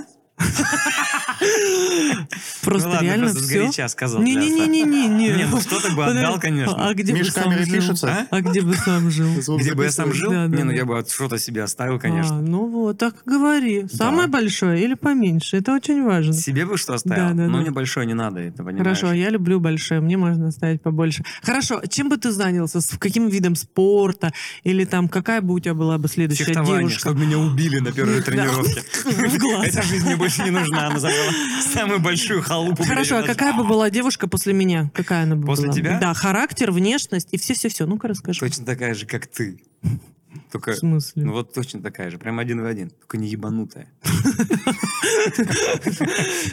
Speaker 2: Просто
Speaker 1: ну, ладно,
Speaker 2: реально
Speaker 1: просто
Speaker 2: все.
Speaker 1: сгоряча сказал.
Speaker 2: Не-не-не-не-не.
Speaker 1: Мне бы кто-то бы отдал, конечно.
Speaker 2: А где бы
Speaker 3: Миш,
Speaker 2: сам
Speaker 3: камеры
Speaker 2: жил?
Speaker 3: пишутся?
Speaker 2: А где бы сам жил?
Speaker 3: Звук
Speaker 1: Где бы я сам
Speaker 3: записывается?
Speaker 1: жил?
Speaker 2: Да, да,
Speaker 1: не, ну
Speaker 2: да.
Speaker 1: я бы от- что-то себе оставил, конечно.
Speaker 2: А, ну вот, так и говори. Самое большое или поменьше? Это очень важно.
Speaker 1: Себе бы что оставил,
Speaker 2: Да, да,
Speaker 1: но
Speaker 2: да.
Speaker 1: мне большое не надо, это понимаешь?
Speaker 2: Хорошо, я люблю большое, мне можно оставить побольше. Хорошо, чем бы ты занялся? С каким видом спорта? Или там какая бы у тебя была бы следующая
Speaker 1: Фехтование,
Speaker 2: девушка?
Speaker 1: чтобы меня убили на первой
Speaker 2: Да.
Speaker 1: тренировке.
Speaker 2: В глаз.
Speaker 1: Эта жизнь мне больше не нужна, она забрала самую большую халупу.
Speaker 2: Хорошо, а
Speaker 1: блядь,
Speaker 2: какая бы была девушка после меня? Какая она бы
Speaker 1: После
Speaker 2: была?
Speaker 1: тебя?
Speaker 2: Да, характер, внешность и все-все-все. Ну-ка расскажи.
Speaker 1: Точно такая же, как ты. Только,
Speaker 2: В смысле?
Speaker 1: ну вот точно такая же, прям один в один, только не ебанутая.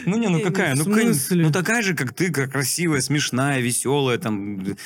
Speaker 1: Ну не, ну
Speaker 2: Не,
Speaker 1: какая,
Speaker 2: в
Speaker 1: ну кон-
Speaker 2: смысле?
Speaker 1: ну такая же, как ты, как красивая, смешная, веселая, там, э,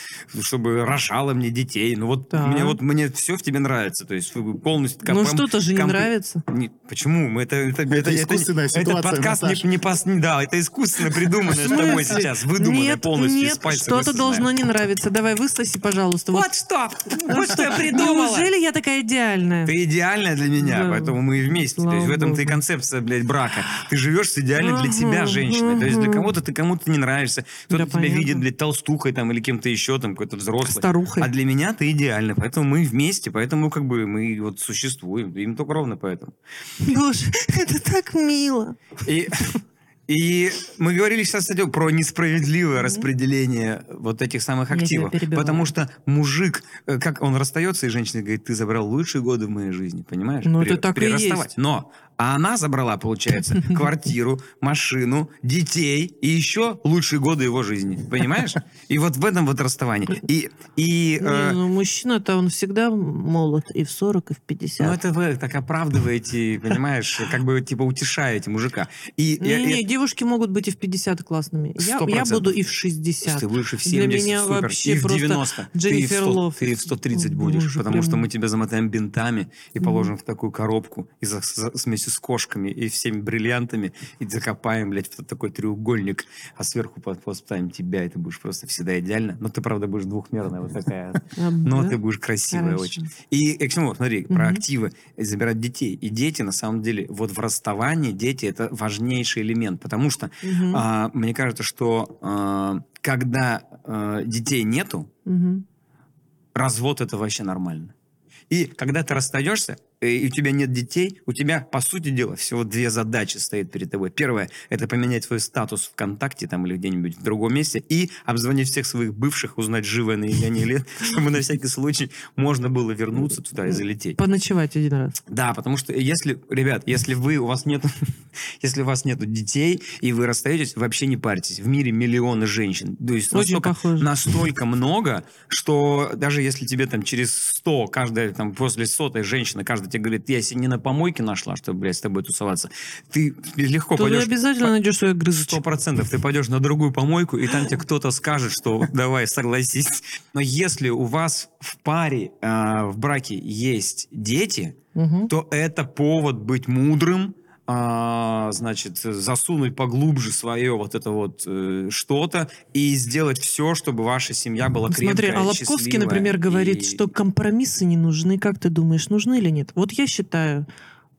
Speaker 1: чтобы рожала мне детей. Ну вот
Speaker 2: Так.
Speaker 1: мне вот мне все в тебе нравится, то есть полностью.
Speaker 2: ну
Speaker 1: компом-
Speaker 2: что-то же не
Speaker 1: компли-
Speaker 2: нравится.
Speaker 1: Не, почему? Мы Это, это, это,
Speaker 3: искусственная
Speaker 1: это-
Speaker 3: ситуация,
Speaker 1: Этот подкаст
Speaker 3: Наташа.
Speaker 1: не, не пос- не- да, это искусственно придуманное тобой
Speaker 2: смысле?
Speaker 1: сейчас, выдуманное
Speaker 2: нет,
Speaker 1: полностью
Speaker 2: нет,
Speaker 1: из пальца
Speaker 2: что-то
Speaker 1: высосанное.
Speaker 2: должно не нравиться. Давай высоси, пожалуйста. Вот,
Speaker 1: что!
Speaker 2: вот что я придумала. Неужели я такая идеальная?
Speaker 1: Ты идеальная для меня,
Speaker 2: Да.
Speaker 1: поэтому мы и вместе. То есть в
Speaker 2: Слава
Speaker 1: этом ты и
Speaker 2: богу.
Speaker 1: концепция, блядь, брака. Ты живешь с идеальной для тебя
Speaker 2: Ага,
Speaker 1: женщиной. То есть для
Speaker 2: ага.
Speaker 1: кого-то ты кому-то не нравишься. Кто-то
Speaker 2: Да,
Speaker 1: тебя
Speaker 2: понятно.
Speaker 1: видит, блядь, толстухой там или кем-то еще, там, какой-то взрослый.
Speaker 2: Старухой.
Speaker 1: А для меня ты идеальна, поэтому мы вместе, поэтому как бы мы вот существуем, им только ровно поэтому.
Speaker 2: Боже, это так мило.
Speaker 1: И, и мы говорили сейчас, кстати, про несправедливое распределение вот этих самых
Speaker 2: Я тебя
Speaker 1: активов.
Speaker 2: перебиваю.
Speaker 1: Потому что мужик, э, как он расстается, и женщина говорит, ты забрал лучшие годы в моей жизни, понимаешь?
Speaker 2: Ну, это так и
Speaker 1: расставании.
Speaker 2: есть.
Speaker 1: Но а она забрала, получается, квартиру, машину, детей и еще лучшие годы его жизни, понимаешь? И вот в этом вот расставании. И, и э,
Speaker 2: Не, ну, мужчина-то он всегда молод и в 40, и в 50.
Speaker 1: ну, это вы так оправдываете, понимаешь, как бы типа утешаете мужика. И, Ну, я-
Speaker 2: Не-не,
Speaker 1: я-
Speaker 2: девушки могут быть и в 50 классными. Я,
Speaker 1: Сто
Speaker 2: я
Speaker 1: процентов.
Speaker 2: буду и в
Speaker 1: Слушай,
Speaker 2: 60.
Speaker 1: Ты будешь и в
Speaker 2: Для
Speaker 1: 70,
Speaker 2: меня
Speaker 1: супер.
Speaker 2: вообще
Speaker 1: и в
Speaker 2: просто
Speaker 1: 90. ты и
Speaker 2: Дженнифер
Speaker 1: в 100,
Speaker 2: Лов.
Speaker 1: Ты и в 130
Speaker 2: О,
Speaker 1: будешь,
Speaker 2: боже,
Speaker 1: потому
Speaker 2: прям.
Speaker 1: что мы тебя замотаем бинтами и
Speaker 2: Мгм.
Speaker 1: положим в такую коробку и за- за- вместе с кошками и всеми бриллиантами и закопаем, блядь, в такой треугольник, а сверху под- поставим тебя, и ты будешь просто всегда идеально. Но ты, правда, будешь двухмерная ну, вот такая.
Speaker 2: А,
Speaker 1: Но
Speaker 2: да?
Speaker 1: ты будешь красивая
Speaker 2: Хорошо.
Speaker 1: очень. И э, к чему? Смотри, про
Speaker 2: Мгм.
Speaker 1: активы э, забирать детей. И дети, на самом деле, вот в расставании дети это важнейший элемент, потому что
Speaker 2: Мгм,
Speaker 1: а, мне кажется, что а, когда а, детей нету,
Speaker 2: мгм.
Speaker 1: развод это вообще нормально. И когда ты расстаешься, э, и у тебя нет детей, у тебя, по сути дела, всего две задачи стоит перед тобой. Первое — это поменять свой статус ВКонтакте там или где-нибудь в другом месте и обзвонить всех своих бывших, узнать, живы они или они лет, чтобы на всякий случай можно было вернуться туда и залететь.
Speaker 2: Поночевать один раз.
Speaker 1: Да, потому что если, ребят, если вы у вас нет, если у вас нету детей и вы расстаетесь, вообще не парьтесь. В мире миллионы женщин, то есть
Speaker 2: Очень
Speaker 1: настолько,
Speaker 2: похоже.
Speaker 1: настолько много, что даже если тебе там через 100, каждая там после сотой женщина, каждая тебе говорит, я себя не на помойке нашла, чтобы блядь, с тобой тусоваться, ты легко
Speaker 2: То ты
Speaker 1: пойдешь.
Speaker 2: обязательно найдешь свою
Speaker 1: Сто
Speaker 2: грызочку.
Speaker 1: процентов. Ты пойдешь на другую помойку, и там тебе кто-то скажет, что давай, согласись. Но если у вас в паре, э, в браке есть дети,
Speaker 2: Мгм.
Speaker 1: то это повод быть мудрым, а, значит, засунуть поглубже свое вот это вот э, что-то и сделать все, чтобы ваша семья была крепкая,
Speaker 2: Смотри, а Лобковский,
Speaker 1: счастливая
Speaker 2: например, говорит,
Speaker 1: и-
Speaker 2: что компромиссы не нужны. Как ты думаешь, нужны или нет? Вот я считаю,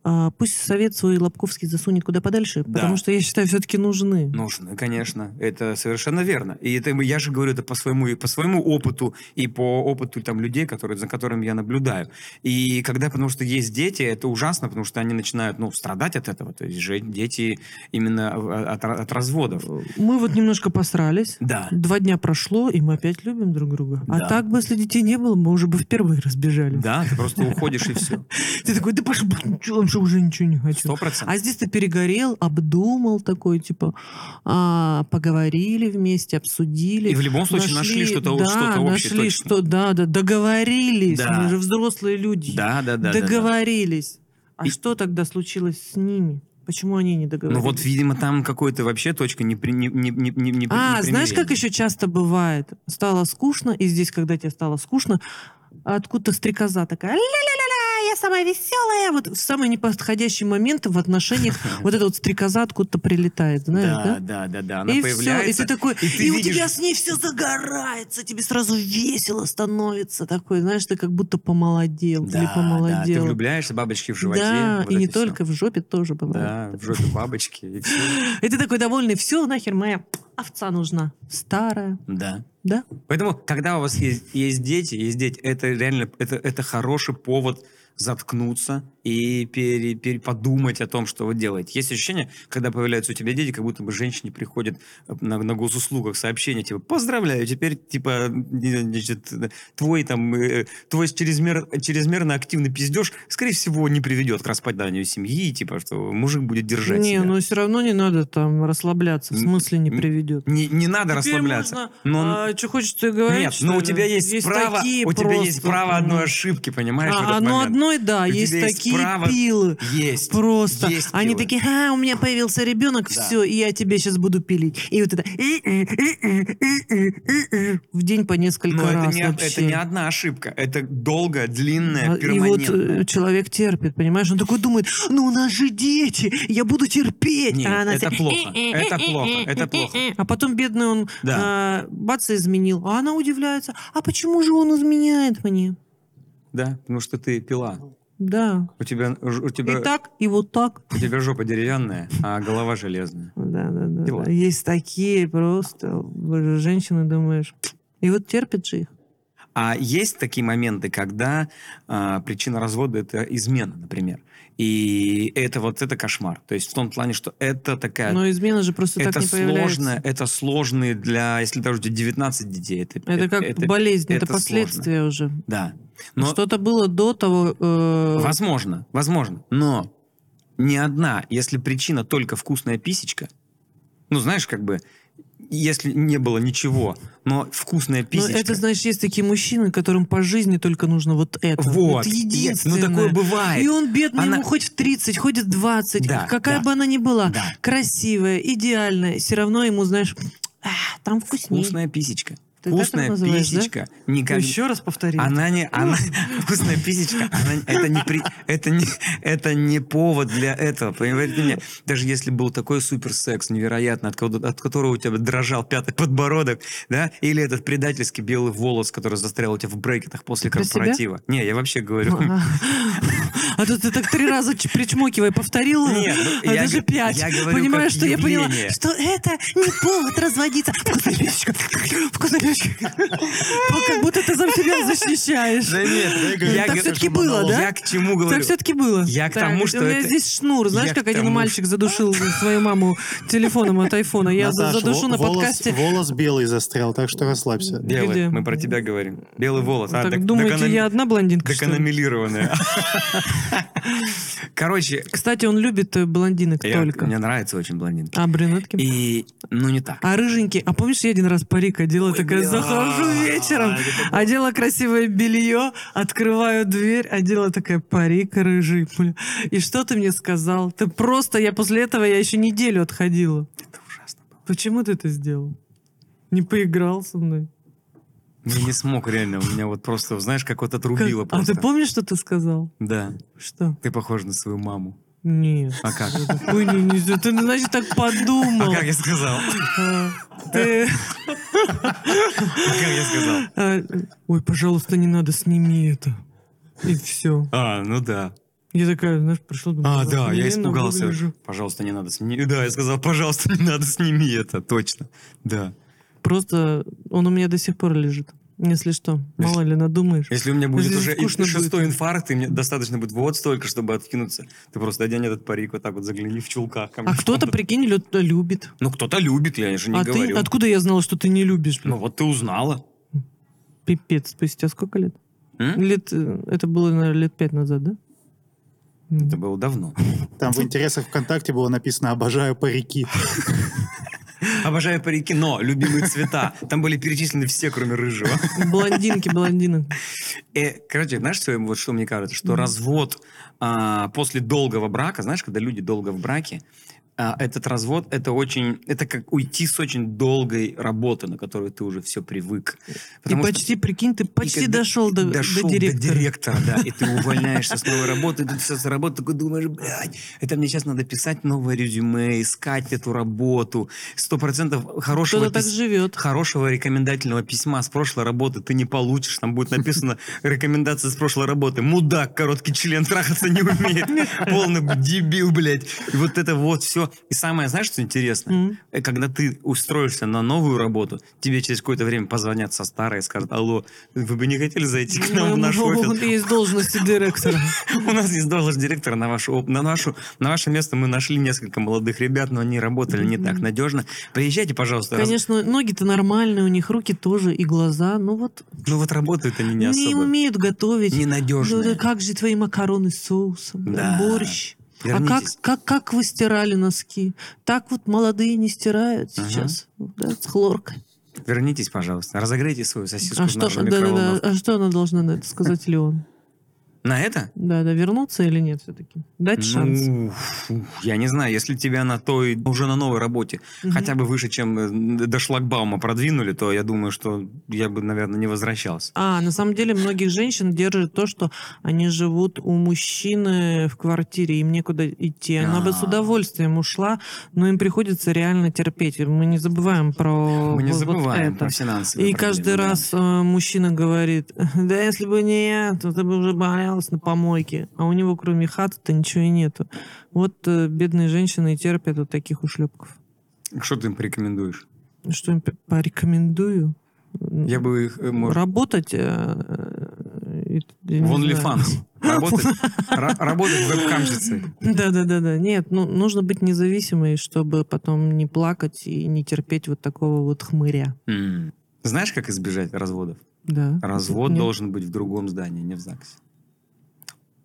Speaker 2: а, пусть совет свой Лобковский засунет куда подальше,
Speaker 1: Да.
Speaker 2: потому что я считаю, все-таки нужны.
Speaker 1: Нужно, конечно, это совершенно верно. И это я же говорю это по своему и по своему опыту и по опыту там людей, которые за которыми я наблюдаю. И когда, потому что есть дети, это ужасно, потому что они начинают, ну, страдать от этого. То есть же дети именно а, от, от разводов.
Speaker 2: Мы вот немножко посрались.
Speaker 1: Да.
Speaker 2: Два дня прошло, и мы опять любим друг друга.
Speaker 1: Да.
Speaker 2: А так бы, если детей не было, мы уже бы впервые разбежались.
Speaker 1: Да, ты просто уходишь и все.
Speaker 2: Ты такой, да пошел, я уже уже ничего не хочу.
Speaker 1: Сто процентов.
Speaker 2: А здесь ты перегорел, обдумал такой, типа, а, поговорили вместе, обсудили.
Speaker 1: И в любом случае нашли, что-то
Speaker 2: да,
Speaker 1: что-то общее.
Speaker 2: нашли,
Speaker 1: точно.
Speaker 2: что, да, да, договорились.
Speaker 1: Да.
Speaker 2: Мы же взрослые люди.
Speaker 1: Да, да, да. да, да.
Speaker 2: договорились. А
Speaker 1: И-
Speaker 2: что тогда случилось с ними? Почему они не
Speaker 1: Ну
Speaker 2: договорились?
Speaker 1: вот, видимо, там какой-то вообще точка не при- не- не- не- не- не-
Speaker 2: а, знаешь,
Speaker 1: непримирения.
Speaker 2: как еще часто бывает? Стало скучно, и здесь, когда тебе стало скучно, откуда-то стрекоза такая, ля-ля-ля-ля, я я самая веселая. Вот в самый неподходящий момент в отношениях вот эта вот стрекоза откуда-то прилетает, знаешь, да?
Speaker 1: да, да, да, да. Она
Speaker 2: и
Speaker 1: появляется.
Speaker 2: все, и ты такой, и,
Speaker 1: ты
Speaker 2: у тебя
Speaker 1: видишь-
Speaker 2: с ней все загорается, тебе сразу весело становится такой, знаешь, ты как будто помолодел
Speaker 1: да,
Speaker 2: или
Speaker 1: да, ты
Speaker 2: помолодела.
Speaker 1: влюбляешься, бабочки в животе.
Speaker 2: Да,
Speaker 1: вот
Speaker 2: и не
Speaker 1: это всё.
Speaker 2: только в жопе тоже
Speaker 1: Да,
Speaker 2: бывает.
Speaker 1: в жопе бабочки. и всё.
Speaker 2: И ты такой довольный, все, нахер моя овца нужна. Старая,
Speaker 1: Да.
Speaker 2: да?
Speaker 1: Поэтому, когда у вас есть, есть дети, есть дети, это реально, это, это хороший повод заткнуться и пере, пере- подумать о том, что вы делаете. Есть ощущение, когда появляются у тебя дети, как будто бы женщине приходит э, на, на госуслугах сообщение, типа, поздравляю, теперь, типа, значит, твой там, э, твой чрезмер, чрезмерно активный пиздеж, скорее всего, не приведет к распаданию семьи, типа, что мужик будет держать
Speaker 2: не,
Speaker 1: себя.
Speaker 2: ну все равно не надо там расслабляться, в
Speaker 1: М,
Speaker 2: смысле не
Speaker 1: м,
Speaker 2: приведет.
Speaker 1: Не, не надо расслабляться. но-
Speaker 2: что хочешь, то а, и говорить.
Speaker 1: Нет,
Speaker 2: что
Speaker 1: но у
Speaker 2: ли?
Speaker 1: тебя есть, право,
Speaker 2: такие
Speaker 1: у тебя есть
Speaker 2: просто,
Speaker 1: право одной
Speaker 2: м.
Speaker 1: ошибки, понимаешь? в
Speaker 2: А,
Speaker 1: этот
Speaker 2: оно
Speaker 1: момент.
Speaker 2: одной, да,
Speaker 1: У
Speaker 2: есть
Speaker 1: тебя есть
Speaker 2: такие
Speaker 1: право-
Speaker 2: пилы.
Speaker 1: Есть.
Speaker 2: Просто
Speaker 1: Есть
Speaker 2: они
Speaker 1: пилы.
Speaker 2: такие, а, у меня появился ребенок,
Speaker 1: Да.
Speaker 2: все, и я тебе сейчас буду пилить. И вот это «Э-э, э-э, э-э, э-э» в день по несколько
Speaker 1: Но это
Speaker 2: раз
Speaker 1: не,
Speaker 2: вообще.
Speaker 1: это не одна ошибка. Это долгая,
Speaker 2: А,
Speaker 1: длинная,
Speaker 2: И вот
Speaker 1: перманентная.
Speaker 2: э, человек терпит, понимаешь? Он такой думает, ну у нас же дети, я буду терпеть.
Speaker 1: Нет,
Speaker 2: А она
Speaker 1: это
Speaker 2: вся,
Speaker 1: плохо,
Speaker 2: «Э-э,
Speaker 1: это
Speaker 2: э-э,
Speaker 1: плохо,
Speaker 2: э-э,
Speaker 1: это
Speaker 2: э-э».
Speaker 1: плохо.
Speaker 2: А потом бедный он
Speaker 1: Да.
Speaker 2: а, бац и изменил. А она удивляется, а почему же он изменяет мне?
Speaker 1: Да, потому что ты пила.
Speaker 2: Да.
Speaker 1: У тебя, ж- у тебя,
Speaker 2: И так, и вот так.
Speaker 1: у тебя жопа деревянная, а голова железная.
Speaker 2: Да, да, да,
Speaker 1: Дела.
Speaker 2: да. Есть такие просто боже, женщины, думаешь. И вот терпит же их.
Speaker 1: А есть такие моменты, когда а, причина развода это измена, например. И это вот это кошмар. То есть в том плане, что это такая
Speaker 2: Но измена же просто
Speaker 1: это
Speaker 2: Ну, так не появляется.
Speaker 1: сложно, это сложные для, если даже у тебя 19 детей, это,
Speaker 2: Это как болезнь, это,
Speaker 1: это
Speaker 2: последствия уже.
Speaker 1: Да. Но
Speaker 2: Что-то было до того. э,
Speaker 1: возможно, возможно. Но ни одна, если причина только вкусная писечка, ну знаешь, как бы, если не было ничего, но вкусная
Speaker 2: но
Speaker 1: писечка.
Speaker 2: Ну, это, знаешь, есть такие мужчины, которым по жизни только нужно вот это.
Speaker 1: вот,
Speaker 2: единственное.
Speaker 1: ну такое бывает.
Speaker 2: И он бедный,
Speaker 1: Она-
Speaker 2: ему хоть в 30, хоть в 20,
Speaker 1: Да,
Speaker 2: какая
Speaker 1: да.
Speaker 2: бы она ни была,
Speaker 1: Да.
Speaker 2: красивая, идеальная, все равно ему, знаешь, «А, там вкуснее.
Speaker 1: Вкусная писечка.
Speaker 2: Ты так это
Speaker 1: вкусная
Speaker 2: называешь, да?
Speaker 1: писечка. Никогда...
Speaker 2: Еще раз повторю.
Speaker 1: Она не, она вкусная писечка. Она это не при- это не, это не повод для этого. Понимаете меня? Даже если был такой суперсекс невероятный, от, кого- от которого у тебя дрожал пятый подбородок, да, или этот предательский белый волос, который застрял у тебя в брекетах после
Speaker 2: Про себя?
Speaker 1: корпоратива. Не, я вообще говорю.
Speaker 2: А а тут ты так три раза ч- причмокивая повторила,
Speaker 1: Нет, ну,
Speaker 2: а
Speaker 1: я
Speaker 2: даже
Speaker 1: г-
Speaker 2: пять.
Speaker 1: я говорю,
Speaker 2: Понимаешь,
Speaker 1: как
Speaker 2: что я поняла,
Speaker 1: явление.
Speaker 2: что это не повод разводиться. Вкусная печечка, вкусная печечка. Ну, Как будто ты сам себя защищаешь.
Speaker 1: Да нет, я говорю,
Speaker 2: Так
Speaker 1: я
Speaker 2: всё-таки
Speaker 1: говорю,
Speaker 2: было, да?
Speaker 1: Я к чему говорю?
Speaker 2: Так все-таки было.
Speaker 1: Я к
Speaker 2: Так,
Speaker 1: тому,
Speaker 2: у
Speaker 1: что
Speaker 2: меня
Speaker 1: это-
Speaker 2: здесь шнур. Знаешь,
Speaker 1: Я
Speaker 2: как
Speaker 1: к
Speaker 2: один
Speaker 1: тому,
Speaker 2: мальчик задушил свою маму телефоном от айфона. Я за-
Speaker 3: Наташа,
Speaker 2: задушу
Speaker 3: вол-
Speaker 2: на
Speaker 3: волос-
Speaker 2: подкасте.
Speaker 3: Волос белый застрял, так что расслабься.
Speaker 1: Белый,
Speaker 2: Где?
Speaker 1: мы про тебя говорим. Белый волос. а,
Speaker 2: Ну, Так
Speaker 1: док-
Speaker 2: думаете,
Speaker 1: доканом-
Speaker 2: я одна блондинка, что ли?
Speaker 1: докономелированная. Короче,
Speaker 2: Кстати, он любит э, блондинок
Speaker 1: я-
Speaker 2: только.
Speaker 1: мне нравятся очень блондинки.
Speaker 2: А брюнетки?
Speaker 1: И, ну, не так.
Speaker 2: А рыженький, а помнишь, я один раз парик одела, такая,
Speaker 1: бля.
Speaker 2: захожу вечером,
Speaker 1: А, это
Speaker 2: одела красивое белье, открываю дверь, одела такая парик рыжий. бля. И что ты мне сказал? Ты просто, я после этого, я еще неделю отходила.
Speaker 1: Это ужасно было.
Speaker 2: Почему ты это сделал? Не поиграл со мной?
Speaker 1: Я не смог реально, у меня вот просто, знаешь, как вот
Speaker 2: Как-
Speaker 1: отрубило
Speaker 2: А
Speaker 1: просто.
Speaker 2: ты помнишь, что ты сказал?
Speaker 1: Да,
Speaker 2: Что?
Speaker 1: ты похожа на свою маму.
Speaker 2: Нет.
Speaker 1: А как?
Speaker 2: Хуйню не сделал. Ты, ну, значит, так
Speaker 1: А
Speaker 2: подумал.
Speaker 1: как я сказал?
Speaker 2: А, ты-
Speaker 1: А как я сказал?
Speaker 2: а, Ой, пожалуйста, не надо, сними это. И все.
Speaker 1: А, ну да. я
Speaker 2: Я такая, знаешь, пришла... думаю,
Speaker 1: А,
Speaker 2: «Ах,
Speaker 1: да, я
Speaker 2: блин,
Speaker 1: испугался.
Speaker 2: выгляжу».
Speaker 1: Пожалуйста, не надо сними. Да, я сказал, пожалуйста, не надо сними это, точно. Да.
Speaker 2: Просто он у меня до сих пор лежит. Если что, мало ли надумаешь.
Speaker 1: Если у меня будет
Speaker 2: Если
Speaker 1: уже и-
Speaker 2: скучно
Speaker 1: шестой инфаркт, и мне достаточно будет вот столько, чтобы откинуться. Ты просто одень этот парик, вот так вот загляни в чулках. ко мне
Speaker 2: А
Speaker 1: в
Speaker 2: кто-то,
Speaker 1: комнату.
Speaker 2: прикинь, лю- любит.
Speaker 1: Ну, кто-то любит, я же не
Speaker 2: а
Speaker 1: говорю.
Speaker 2: ты, откуда я знала, что ты не любишь?
Speaker 1: Ну, вот ты узнала.
Speaker 2: Пипец, спустя сколько лет?
Speaker 1: М?
Speaker 2: Лет, э, это было, наверное, лет пять назад, да? М.
Speaker 1: Это было давно.
Speaker 3: Там в интересах ВКонтакте было написано «Обожаю парики».
Speaker 1: Обожаю парики, но любимые цвета. Там были перечислены все, кроме рыжего.
Speaker 2: Блондинки, блондинок.
Speaker 1: Э, короче, знаешь, что, вот что мне кажется? Что развод а, после долгого брака, знаешь, когда люди долго в браке, а, этот развод, это очень, это как уйти с очень долгой работы, на которую ты уже все привык.
Speaker 2: И
Speaker 1: Потому что-
Speaker 2: почти, прикинь, ты
Speaker 1: и
Speaker 2: почти
Speaker 1: когда
Speaker 2: дошел,
Speaker 1: ты
Speaker 2: до, до
Speaker 1: дошел
Speaker 2: директора.
Speaker 1: да, и ты увольняешься с новой работы, и ты с этой работы такой думаешь, блядь, это мне сейчас надо писать новое резюме, искать эту работу, сто процентов хорошего
Speaker 2: Кто-то так
Speaker 1: пис-
Speaker 2: живет.
Speaker 1: хорошего рекомендательного письма с прошлой работы ты не получишь. Там будет написано рекомендация с прошлой работы. Мудак, короткий член, трахаться не умеет. Полный дебил, блядь. И вот это вот все. И самое, знаешь, что интересно?
Speaker 2: М.
Speaker 1: Э, Когда ты устроишься на новую работу, тебе через какое-то время позвонят со старой и скажут, алло, вы бы не хотели зайти к нам в наш
Speaker 2: Ну,
Speaker 1: офис?
Speaker 2: вот есть должности директора.
Speaker 1: У нас есть должность директора на вашу, оп- на нашу, на ваше место. Мы нашли несколько молодых ребят, но они работали не так надежно. Приезжайте, пожалуйста. раз-
Speaker 2: Конечно, ноги-то нормальные, у них руки тоже и глаза. Ну вот
Speaker 1: Ну вот работают они не
Speaker 2: не,
Speaker 1: особо.
Speaker 2: умеют готовить.
Speaker 1: Ненадежная.
Speaker 2: Ну, да как же твои макароны с соусом, да,
Speaker 1: Да.
Speaker 2: борщ? А
Speaker 1: Вернитесь.
Speaker 2: как, как, как вы стирали носки? Так вот молодые не стирают
Speaker 1: Ага.
Speaker 2: сейчас. Да, с хлоркой.
Speaker 1: Вернитесь, пожалуйста. Разогрейте свою сосиску
Speaker 2: А
Speaker 1: в
Speaker 2: что,
Speaker 1: нашу
Speaker 2: да, да, да,
Speaker 1: микроволновку.
Speaker 2: а что она должна на это сказать, Леон?
Speaker 1: На это?
Speaker 2: Да, да, вернуться или нет все-таки? Дать шанс.
Speaker 1: Ну, фу, я не знаю, если тебя на той, уже на новой работе,
Speaker 2: Мгм.
Speaker 1: хотя бы выше, чем э, до шлагбаума продвинули, то я думаю, что я бы, наверное, не возвращался.
Speaker 2: А, на самом деле многих женщин держит то, что они живут у мужчины в квартире, им некуда идти. Она бы с
Speaker 1: А.
Speaker 2: удовольствием ушла, но им приходится реально терпеть. И Мы не забываем про
Speaker 1: Мы не
Speaker 2: вот- вот
Speaker 1: забываем
Speaker 2: это.
Speaker 1: про финансовые
Speaker 2: И каждый
Speaker 1: проблемы, да.
Speaker 2: раз э, мужчина говорит, да если бы не я, то ты бы уже болелась на помойке. А у него кроме хаты-то ничего и нету. Вот э, бедные женщины и терпят вот таких ушлепков.
Speaker 1: Что ты им порекомендуешь?
Speaker 2: Что им п- порекомендую?
Speaker 1: Я бы их, э, может,
Speaker 2: Работать э, э, и- я не
Speaker 1: в
Speaker 2: знаю.
Speaker 1: OnlyFans. Работать, ра- работать вебкамщицей.
Speaker 2: Да-да-да-да. Нет, ну, нужно быть независимой, чтобы потом не плакать и не терпеть вот такого вот хмыря.
Speaker 1: М. Знаешь, как избежать разводов?
Speaker 2: Да.
Speaker 1: Развод
Speaker 2: Нет.
Speaker 1: должен быть в другом здании, не в ЗАГСе.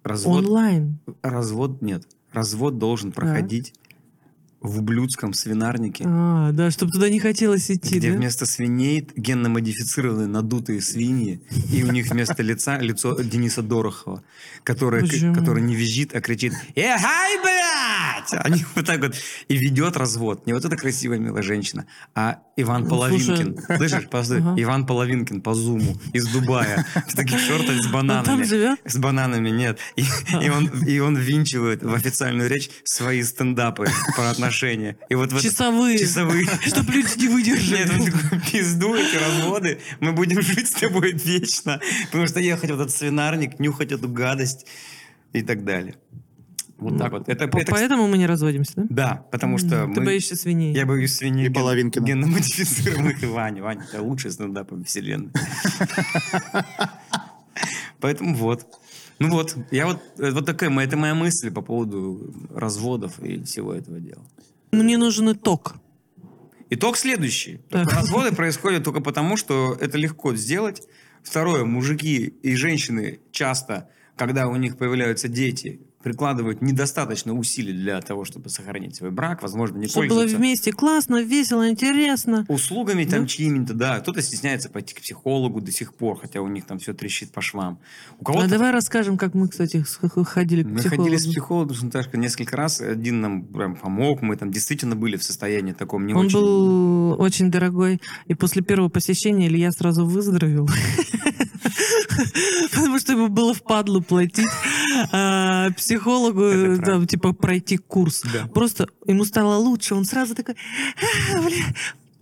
Speaker 1: Развод
Speaker 2: Онлайн.
Speaker 1: Развод нет. Развод должен проходить в ублюдском свинарнике,
Speaker 2: А, да, чтобы туда не хотелось идти,
Speaker 1: где
Speaker 2: да?
Speaker 1: вместо свиней генно-модифицированные надутые свиньи, и у них вместо лица лицо Дениса Дорохова, который,
Speaker 2: Почему?
Speaker 1: который не визжит, а кричит «Эгай, блядь!» Они вот так вот и ведет развод. Не вот эта красивая милая женщина, а Иван
Speaker 2: Ну,
Speaker 1: Половинкин. Слышишь, постой,
Speaker 2: Ага.
Speaker 1: Иван Половинкин по зуму из Дубая в таких шортах а с
Speaker 2: Он Ну, там
Speaker 1: бананами.
Speaker 2: живет?
Speaker 1: С бананами нет. И, и он, и он винчивает в официальную речь свои стендапы про отношения. И вот в это-
Speaker 2: Часовые.
Speaker 1: часовые.
Speaker 2: Чтобы люди не
Speaker 1: Нет, он
Speaker 2: выдержали.
Speaker 1: такой, пизду эти разводы, мы будем жить с тобой вечно, потому что ехать в этот свинарник, нюхать эту гадость и так далее. Вот так вот. Это,
Speaker 2: По-
Speaker 1: это, кстати,
Speaker 2: Поэтому мы не разводимся, да?
Speaker 1: да, потому что
Speaker 2: М, Ты
Speaker 1: мы-
Speaker 2: боишься свиней.
Speaker 1: я боюсь свиней
Speaker 3: И
Speaker 1: ген-
Speaker 3: Половинкина.
Speaker 1: генномодифицированных. И Ваня, Ваня, это лучший стендап вселенной. Поэтому вот. Ну вот, я вот, э, вот такая, моя- это моя мысль по поводу разводов и всего этого дела.
Speaker 2: Ну, Мне нужен итог.
Speaker 1: Итог следующий.
Speaker 2: Так.
Speaker 1: Разводы происходят только потому, что это легко сделать. Второе, мужики и женщины часто, когда у них появляются дети, прикладывают недостаточно усилий для того, чтобы сохранить свой брак, возможно, не
Speaker 2: Чтобы было
Speaker 1: пользуются
Speaker 2: вместе классно, весело, интересно.
Speaker 1: услугами
Speaker 2: Да.
Speaker 1: там чьими-то, да. Кто-то стесняется пойти к психологу до сих пор, хотя у них там все трещит по швам. У кого-то...
Speaker 2: А давай расскажем, как мы, кстати, с- х- ходили к
Speaker 1: Мы ходили с
Speaker 2: психологу.
Speaker 1: психологом с Наташкой несколько раз. Один нам прям помог. Мы там действительно были в состоянии таком не
Speaker 2: Он
Speaker 1: очень...
Speaker 2: был очень дорогой, и после первого посещения Илья сразу выздоровел. Потому что ему было впадлу платить а,
Speaker 1: Это
Speaker 2: психологу,
Speaker 1: правда.
Speaker 2: там, типа, пройти курс.
Speaker 1: Да.
Speaker 2: Просто ему стало лучше, он сразу такой, «А,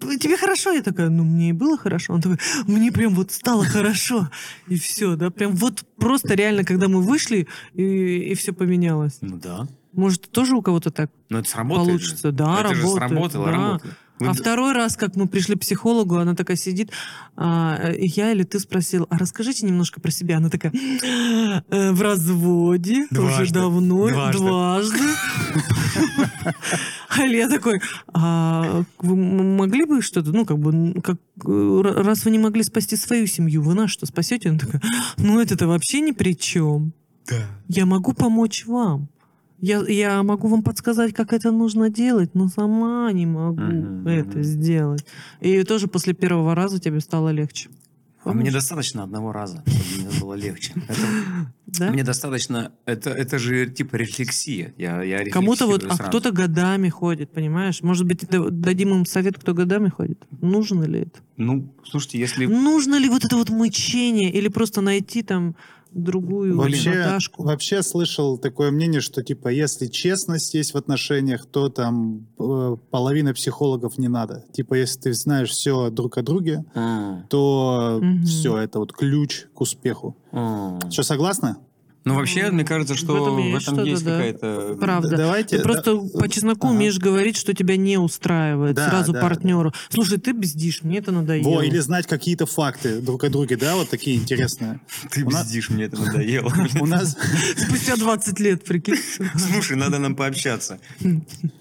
Speaker 2: бля, тебе хорошо? Я такая, ну мне и было хорошо. Он такой, мне прям вот стало хорошо. И все, да, прям вот просто реально, когда мы вышли, и, все поменялось.
Speaker 1: Ну да.
Speaker 2: Может, тоже у кого-то так?
Speaker 1: Но это сработает. же.
Speaker 2: Получится, да,
Speaker 1: это же
Speaker 2: работает,
Speaker 1: сработало,
Speaker 2: да.
Speaker 1: работало. Вы-
Speaker 2: А второй раз, как мы пришли к психологу, она такая сидит, а, э, я или ты спросил, а расскажите немножко про себя. Она такая, «Э, в разводе, уже
Speaker 1: Дважды.
Speaker 2: давно,
Speaker 1: Дважды».
Speaker 2: дважды. А я такой, а вы м- могли бы что-то, ну, как бы, н- как, э, р- раз вы не могли спасти свою семью, вы нас что, спасете? Она такая, ну, это-то вообще ни при чем. Я могу помочь вам. Я, я могу вам подсказать, как это нужно делать, но сама не могу
Speaker 1: Мгм,
Speaker 2: это
Speaker 1: мгм.
Speaker 2: сделать. И тоже после первого раза тебе стало легче.
Speaker 1: А мне достаточно одного раза, чтобы мне было легче. Это
Speaker 2: Да?
Speaker 1: Мне достаточно... Это, это же типа рефлексия. Я, я
Speaker 2: Кому-то вот,
Speaker 1: рефлексирую
Speaker 2: а
Speaker 1: сразу.
Speaker 2: кто-то годами ходит, понимаешь? Может быть, да- дадим им совет, кто годами ходит? Нужно ли это?
Speaker 1: Ну, слушайте, если...
Speaker 2: Нужно ли вот это вот мычение или просто найти там другую
Speaker 3: Вообще,
Speaker 2: Наташку?
Speaker 3: вообще слышал такое мнение, что типа если честность есть в отношениях, то там э, половина психологов не надо. Типа если ты знаешь все друг о друге,
Speaker 1: М,
Speaker 3: то
Speaker 2: Мгм.
Speaker 3: все это вот ключ к успеху.
Speaker 1: м.
Speaker 3: Что согласны?
Speaker 1: Ну, вообще, мне кажется,
Speaker 2: В
Speaker 1: что
Speaker 2: этом
Speaker 1: в
Speaker 2: есть
Speaker 1: этом есть
Speaker 2: что-то, да.
Speaker 1: какая-то...
Speaker 2: Правда.
Speaker 3: Д- Давайте.
Speaker 2: Ты просто
Speaker 3: да,
Speaker 2: по чесноку
Speaker 3: ага.
Speaker 2: умеешь говорить, что тебя не устраивает
Speaker 3: Да,
Speaker 2: сразу
Speaker 3: да,
Speaker 2: партнеру. Слушай, ты бздишь, мне это надоело.
Speaker 3: Во, или знать какие-то факты друг о друге, да, вот такие интересные.
Speaker 1: Ты
Speaker 3: У нас-
Speaker 1: бздишь, мне это надоело.
Speaker 3: У нас,
Speaker 2: Спустя 20 лет, прикинь.
Speaker 1: Слушай, надо нам пообщаться.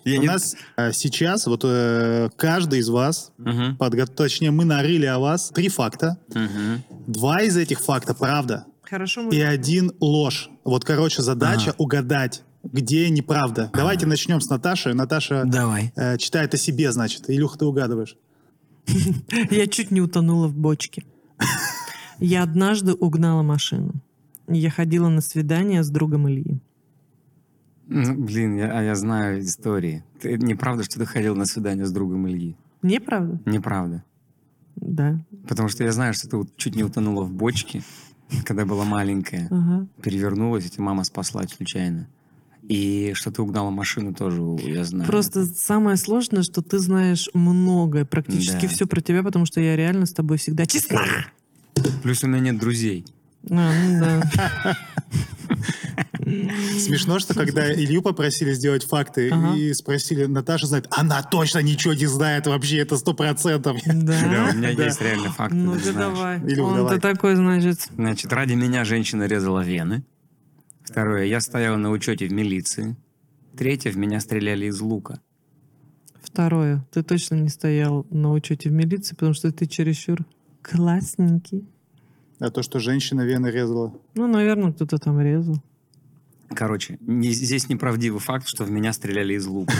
Speaker 1: Я
Speaker 3: у
Speaker 1: не-
Speaker 3: нас э, сейчас вот э, каждый из вас,
Speaker 1: Мгм,
Speaker 3: подго- точнее, мы нарыли о вас три факта.
Speaker 1: мгм.
Speaker 3: Два из этих факта правда,
Speaker 2: Хорошо, мы...
Speaker 3: и один ложь. Вот, короче, задача угадать, где неправда. Давайте начнем с Наташи. Наташа
Speaker 1: Давай.
Speaker 3: э, читает о себе, значит. Илюха, ты угадываешь.
Speaker 2: Я чуть не утонула в бочке. Я однажды угнала машину. Я ходила на свидание с другом Ильи.
Speaker 1: Ну, блин, я, а я знаю истории. Ты, неправда, что ты ходил на свидание с другом Ильи?
Speaker 2: Неправда?
Speaker 1: Неправда.
Speaker 2: Да.
Speaker 1: Потому что я знаю, что ты вот чуть не утонула в бочке, когда была маленькая.
Speaker 2: Ага.
Speaker 1: Перевернулась, и тебя мама спасла случайно. И что ты угнала машину тоже, я знаю.
Speaker 2: Просто самое сложное, что ты знаешь многое, практически
Speaker 1: Да.
Speaker 2: все про тебя, потому что я реально с тобой всегда честна.
Speaker 1: Плюс у меня нет друзей.
Speaker 2: А, ну да.
Speaker 3: Смешно, что когда Илью попросили сделать факты
Speaker 2: Ага.
Speaker 3: и спросили, Наташа знает, она точно ничего не знает вообще, это сто процентов.
Speaker 1: Да,
Speaker 2: Да.
Speaker 1: у меня есть реально факты.
Speaker 2: Ну-ка
Speaker 1: ты знаешь.
Speaker 2: давай.
Speaker 3: Илюх,
Speaker 2: Он-то
Speaker 3: давай.
Speaker 2: такой, значит.
Speaker 1: Значит, ради меня женщина резала вены. Второе, я стоял на учете в милиции. Третье, в меня стреляли из лука.
Speaker 2: Второе. Ты точно не стоял на учете в милиции, потому что ты чересчур классненький.
Speaker 3: А то, что женщина вены резала.
Speaker 2: Ну, наверное, кто-то там резал.
Speaker 1: Короче, не- здесь неправдивый факт, что в меня стреляли из лука.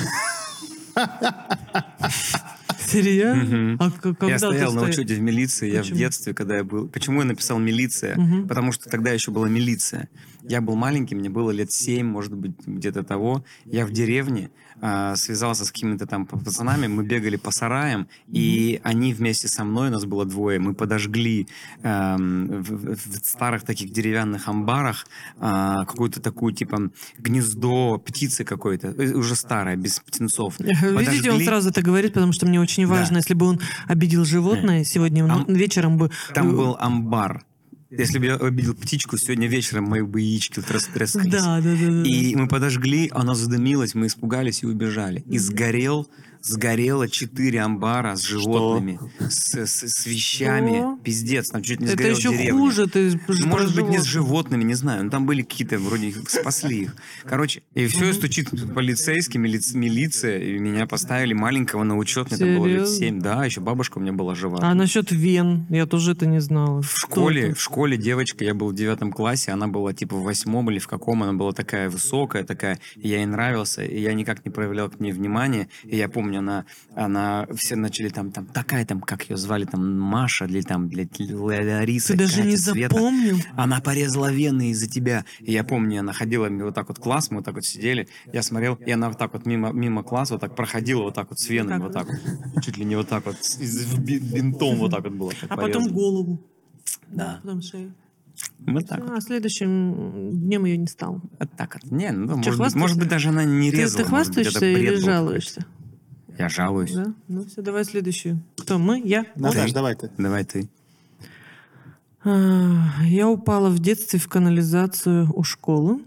Speaker 2: Серьезно?
Speaker 1: Мгм.
Speaker 2: А к- когда
Speaker 1: я стоял ну,
Speaker 2: ты
Speaker 1: на
Speaker 2: стоя-
Speaker 1: учете в милиции, я в
Speaker 2: Почему?
Speaker 1: детстве, когда я был... Почему я написал милиция?
Speaker 2: Мгм.
Speaker 1: Потому что тогда еще была милиция. Я был маленький, мне было лет 7, может быть, где-то того. Я в деревне а, связался с какими-то там пацанами, мы бегали по сараям, и они вместе со мной, нас было двое, мы подожгли эм, в, в- в старых таких деревянных амбарах а, какую-то такую, типа, гнездо птицы какой-то, э, уже старое, без птенцов.
Speaker 2: Э, Видите, он
Speaker 1: Подожгли.
Speaker 2: сразу это говорит, потому что мне очень важно, если бы он обидел животное сегодня
Speaker 1: Там-
Speaker 2: ну, вечером бы.
Speaker 1: Там
Speaker 2: э,
Speaker 1: был амбар. Если бы я обидел птичку, сегодня вечером мои бы яички тряс- тряслись.
Speaker 2: Да, да, да. да.
Speaker 1: И мы подожгли, она задымилась, мы испугались и убежали. И сгорел, сгорело четыре амбара с животными, с, с- с вещами.
Speaker 2: Что?
Speaker 1: Пиздец, там чуть не
Speaker 2: это
Speaker 1: сгорела
Speaker 2: еще
Speaker 1: деревня.
Speaker 2: хуже, ты ж-
Speaker 1: Ну,
Speaker 2: про
Speaker 1: Может быть, не с
Speaker 2: животных.
Speaker 1: животными, не знаю. Но там были какие-то, вроде их спасли их. Короче, и все, стучит полицейский, милиц- милиция, и меня поставили маленького на учет, мне там было лет
Speaker 2: Серьезно?
Speaker 1: семь. Да, еще бабушка у меня была жива.
Speaker 2: А насчет вен, я тоже это не знала.
Speaker 1: В школе, в школе девочка, я был в девятом классе, она была типа в восьмом или в каком, она была такая высокая, такая, и я ей нравился, и я никак не проявлял к ней внимания, и я помню, она, она, все начали там, там, такая там, как ее звали, там, Маша, или там, блядь, Л- Лариса,
Speaker 2: Ты даже
Speaker 1: Катя,
Speaker 2: не
Speaker 1: Света.
Speaker 2: запомнил?
Speaker 1: Она порезала вены из-за тебя. И я помню, она ходила мимо- вот так вот класс, мы вот так вот сидели, я смотрел, и она вот так вот мимо, мимо класса вот так проходила вот так вот с венами, вот так вот, чуть ли не вот так вот, с с би- бинтом вот так вот было.
Speaker 2: А потом голову.
Speaker 1: Да.
Speaker 2: Потом шею.
Speaker 1: Вот так
Speaker 2: Всё, а следующим днем ее не стало.
Speaker 1: Вот так вот. Не, ну, может, быть,
Speaker 2: хвастаешься?
Speaker 1: может быть, даже она не
Speaker 2: Ты,
Speaker 1: резала.
Speaker 2: ты
Speaker 1: может быть, это
Speaker 2: хвастаешься
Speaker 1: бред
Speaker 2: или
Speaker 1: был
Speaker 2: жалуешься?
Speaker 1: какой-то. Я жалуюсь.
Speaker 2: Да? Ну все, давай следующую. Кто? Мы? Я?
Speaker 3: Наташ,
Speaker 1: Ты.
Speaker 3: давай ты.
Speaker 1: Давай ты.
Speaker 2: А, Я упала в детстве в канализацию у школы.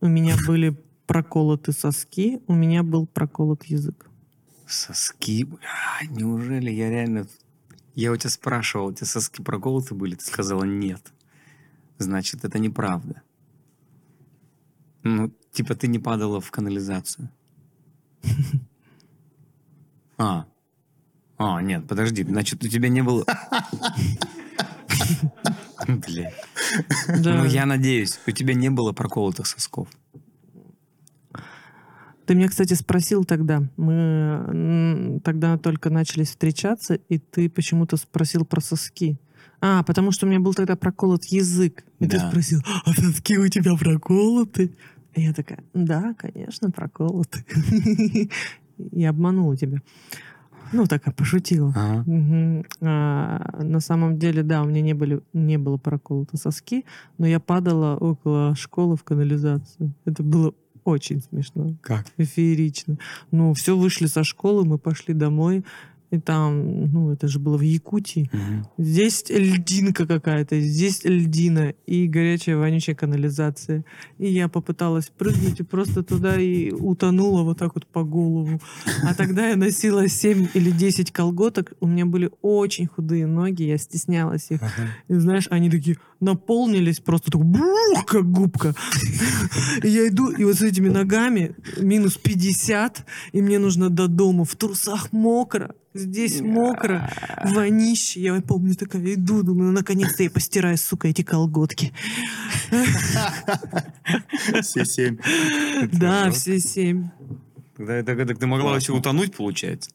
Speaker 2: У меня были проколоты соски, у меня был проколот язык.
Speaker 1: Соски. А, неужели я реально... Я у тебя спрашивал, у тебя соски проколоты были? Ты сказала нет. Значит, это неправда. Ну, типа ты не падала в канализацию. А. А, нет, подожди. Значит, у тебя не было... Блин.
Speaker 2: Да.
Speaker 1: Ну, я надеюсь, у тебя не было проколотых сосков.
Speaker 2: Ты меня, кстати, спросил тогда. Мы м, тогда только начали встречаться, и ты почему-то спросил про соски. А, потому что у меня был тогда проколот язык. И ты
Speaker 1: Да.
Speaker 2: спросил, а соски у тебя проколоты? И я такая, да, конечно, проколоты. Я обманула тебя. Ну, такая пошутила.
Speaker 1: Ага.
Speaker 2: Мгм. А, на самом деле, да, у меня не, были, не было проколоты соски, но я падала около школы в канализацию. Это было очень смешно.
Speaker 1: Как?
Speaker 2: Феерично. Ну, все, вышли со школы, мы пошли домой, и там, ну, это же было в Якутии.
Speaker 1: Мгм.
Speaker 2: Здесь льдинка какая-то, здесь льдина и горячая вонючая канализация. И я попыталась прыгнуть и просто туда и утонула вот так вот по голову. А тогда я носила 7 или 10 колготок, у меня были очень худые ноги, я стеснялась их. И знаешь, они такие наполнились просто так, бух, как губка. И я иду, и вот с этими ногами минус 50, и мне нужно до дома. В трусах мокро, здесь мокро, вонище. Я помню, такая иду, думаю, ну, наконец-то я постираю, сука, эти колготки.
Speaker 3: Все семь.
Speaker 2: Да,
Speaker 1: жестко.
Speaker 2: все семь.
Speaker 1: Тогда, тогда- так ты могла
Speaker 3: Классно.
Speaker 1: вообще утонуть, получается.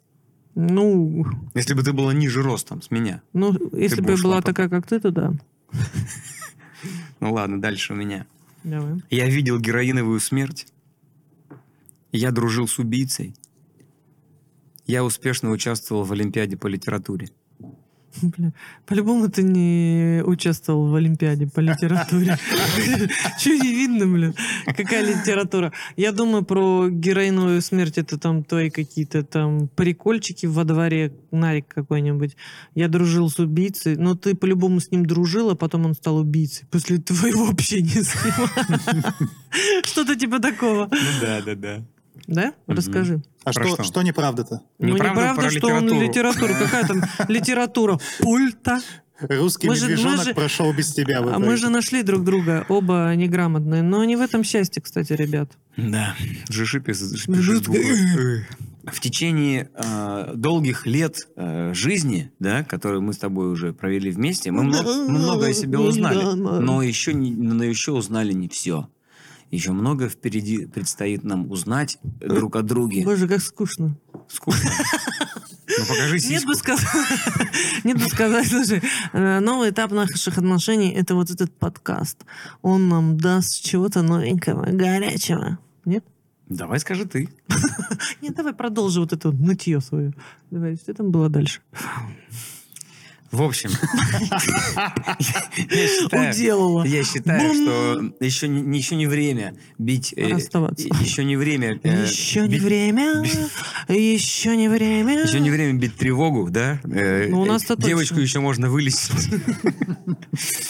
Speaker 2: Ну,
Speaker 1: Если бы ты была ниже ростом с меня.
Speaker 2: ну если
Speaker 1: бы
Speaker 2: бы я
Speaker 1: ушла
Speaker 2: была
Speaker 1: потом.
Speaker 2: такая, как ты, то да.
Speaker 1: Ну ладно, дальше у меня.
Speaker 2: Давай.
Speaker 1: Я видел героиновую смерть. Я дружил с убийцей. Я успешно участвовал в Олимпиаде по литературе.
Speaker 2: Бля, По-любому ты не участвовал в Олимпиаде по литературе. Че не видно, блин? Какая литература? Я думаю, про героиновую смерть это там твои какие-то там прикольчики во дворе, нарик какой-нибудь. Я дружил с убийцей, но ты по-любому с ним дружил, а потом он стал убийцей. После твоего общения с ним. Что-то типа такого.
Speaker 1: Ну да, да, да.
Speaker 2: Да?
Speaker 1: Мгм.
Speaker 2: Расскажи.
Speaker 3: А
Speaker 1: Про
Speaker 3: что,
Speaker 1: что?
Speaker 3: что неправда-то?
Speaker 2: Ну,
Speaker 1: Неправда
Speaker 2: неправда,
Speaker 1: про
Speaker 2: что он
Speaker 1: литературу.
Speaker 2: литературу. Какая там литература? Пульта.
Speaker 3: Русский
Speaker 2: Мы же- мы
Speaker 3: медвежонок
Speaker 2: же-
Speaker 3: прошел без тебя. в
Speaker 2: А
Speaker 3: итоге.
Speaker 2: мы же нашли друг друга, оба неграмотные. Но не в этом счастье, кстати, ребят.
Speaker 1: Да. Жиши пис- жиши пишет
Speaker 2: Жиши-
Speaker 1: дура. В течение э, долгих лет э, жизни, да, которые мы с тобой уже провели вместе, мы много, мы много о себе узнали. Но еще, не- но еще узнали не все. Еще много впереди предстоит нам узнать друг о друге.
Speaker 2: Боже, как скучно.
Speaker 1: Скучно. Ну покажи
Speaker 2: Нет
Speaker 1: сиську.
Speaker 2: бы, сказать, нет бы сказать, слушай, э, новый этап наших отношений – это вот этот подкаст. Он нам даст чего-то новенького, горячего. Нет?
Speaker 1: Давай скажи ты.
Speaker 2: Нет, давай продолжи вот это вот нытье свое. Давай, что там было дальше?
Speaker 1: В общем, я считаю,
Speaker 2: Уделала.
Speaker 1: я считаю, что еще не, еще не время бить... э,
Speaker 2: Расставаться.
Speaker 1: Еще не время... э,
Speaker 2: Еще не
Speaker 1: бить-
Speaker 2: время, еще не время.
Speaker 1: Еще не время бить тревогу, да? Э,
Speaker 2: Ну, у
Speaker 1: э,
Speaker 2: нас-то точно.
Speaker 1: Девочку еще можно вылечить.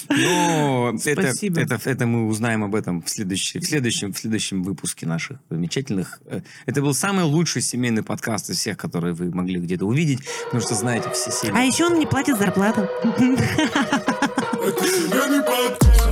Speaker 1: Но это,
Speaker 2: Спасибо.
Speaker 1: это, это мы узнаем об этом в, следующем, в, следующем, в следующем выпуске наших замечательных. э, Это был самый лучший семейный подкаст из всех, которые вы могли где-то увидеть, потому что знаете все семьи.
Speaker 2: А еще он мне платит зарплату.
Speaker 6: Это семейный подкаст.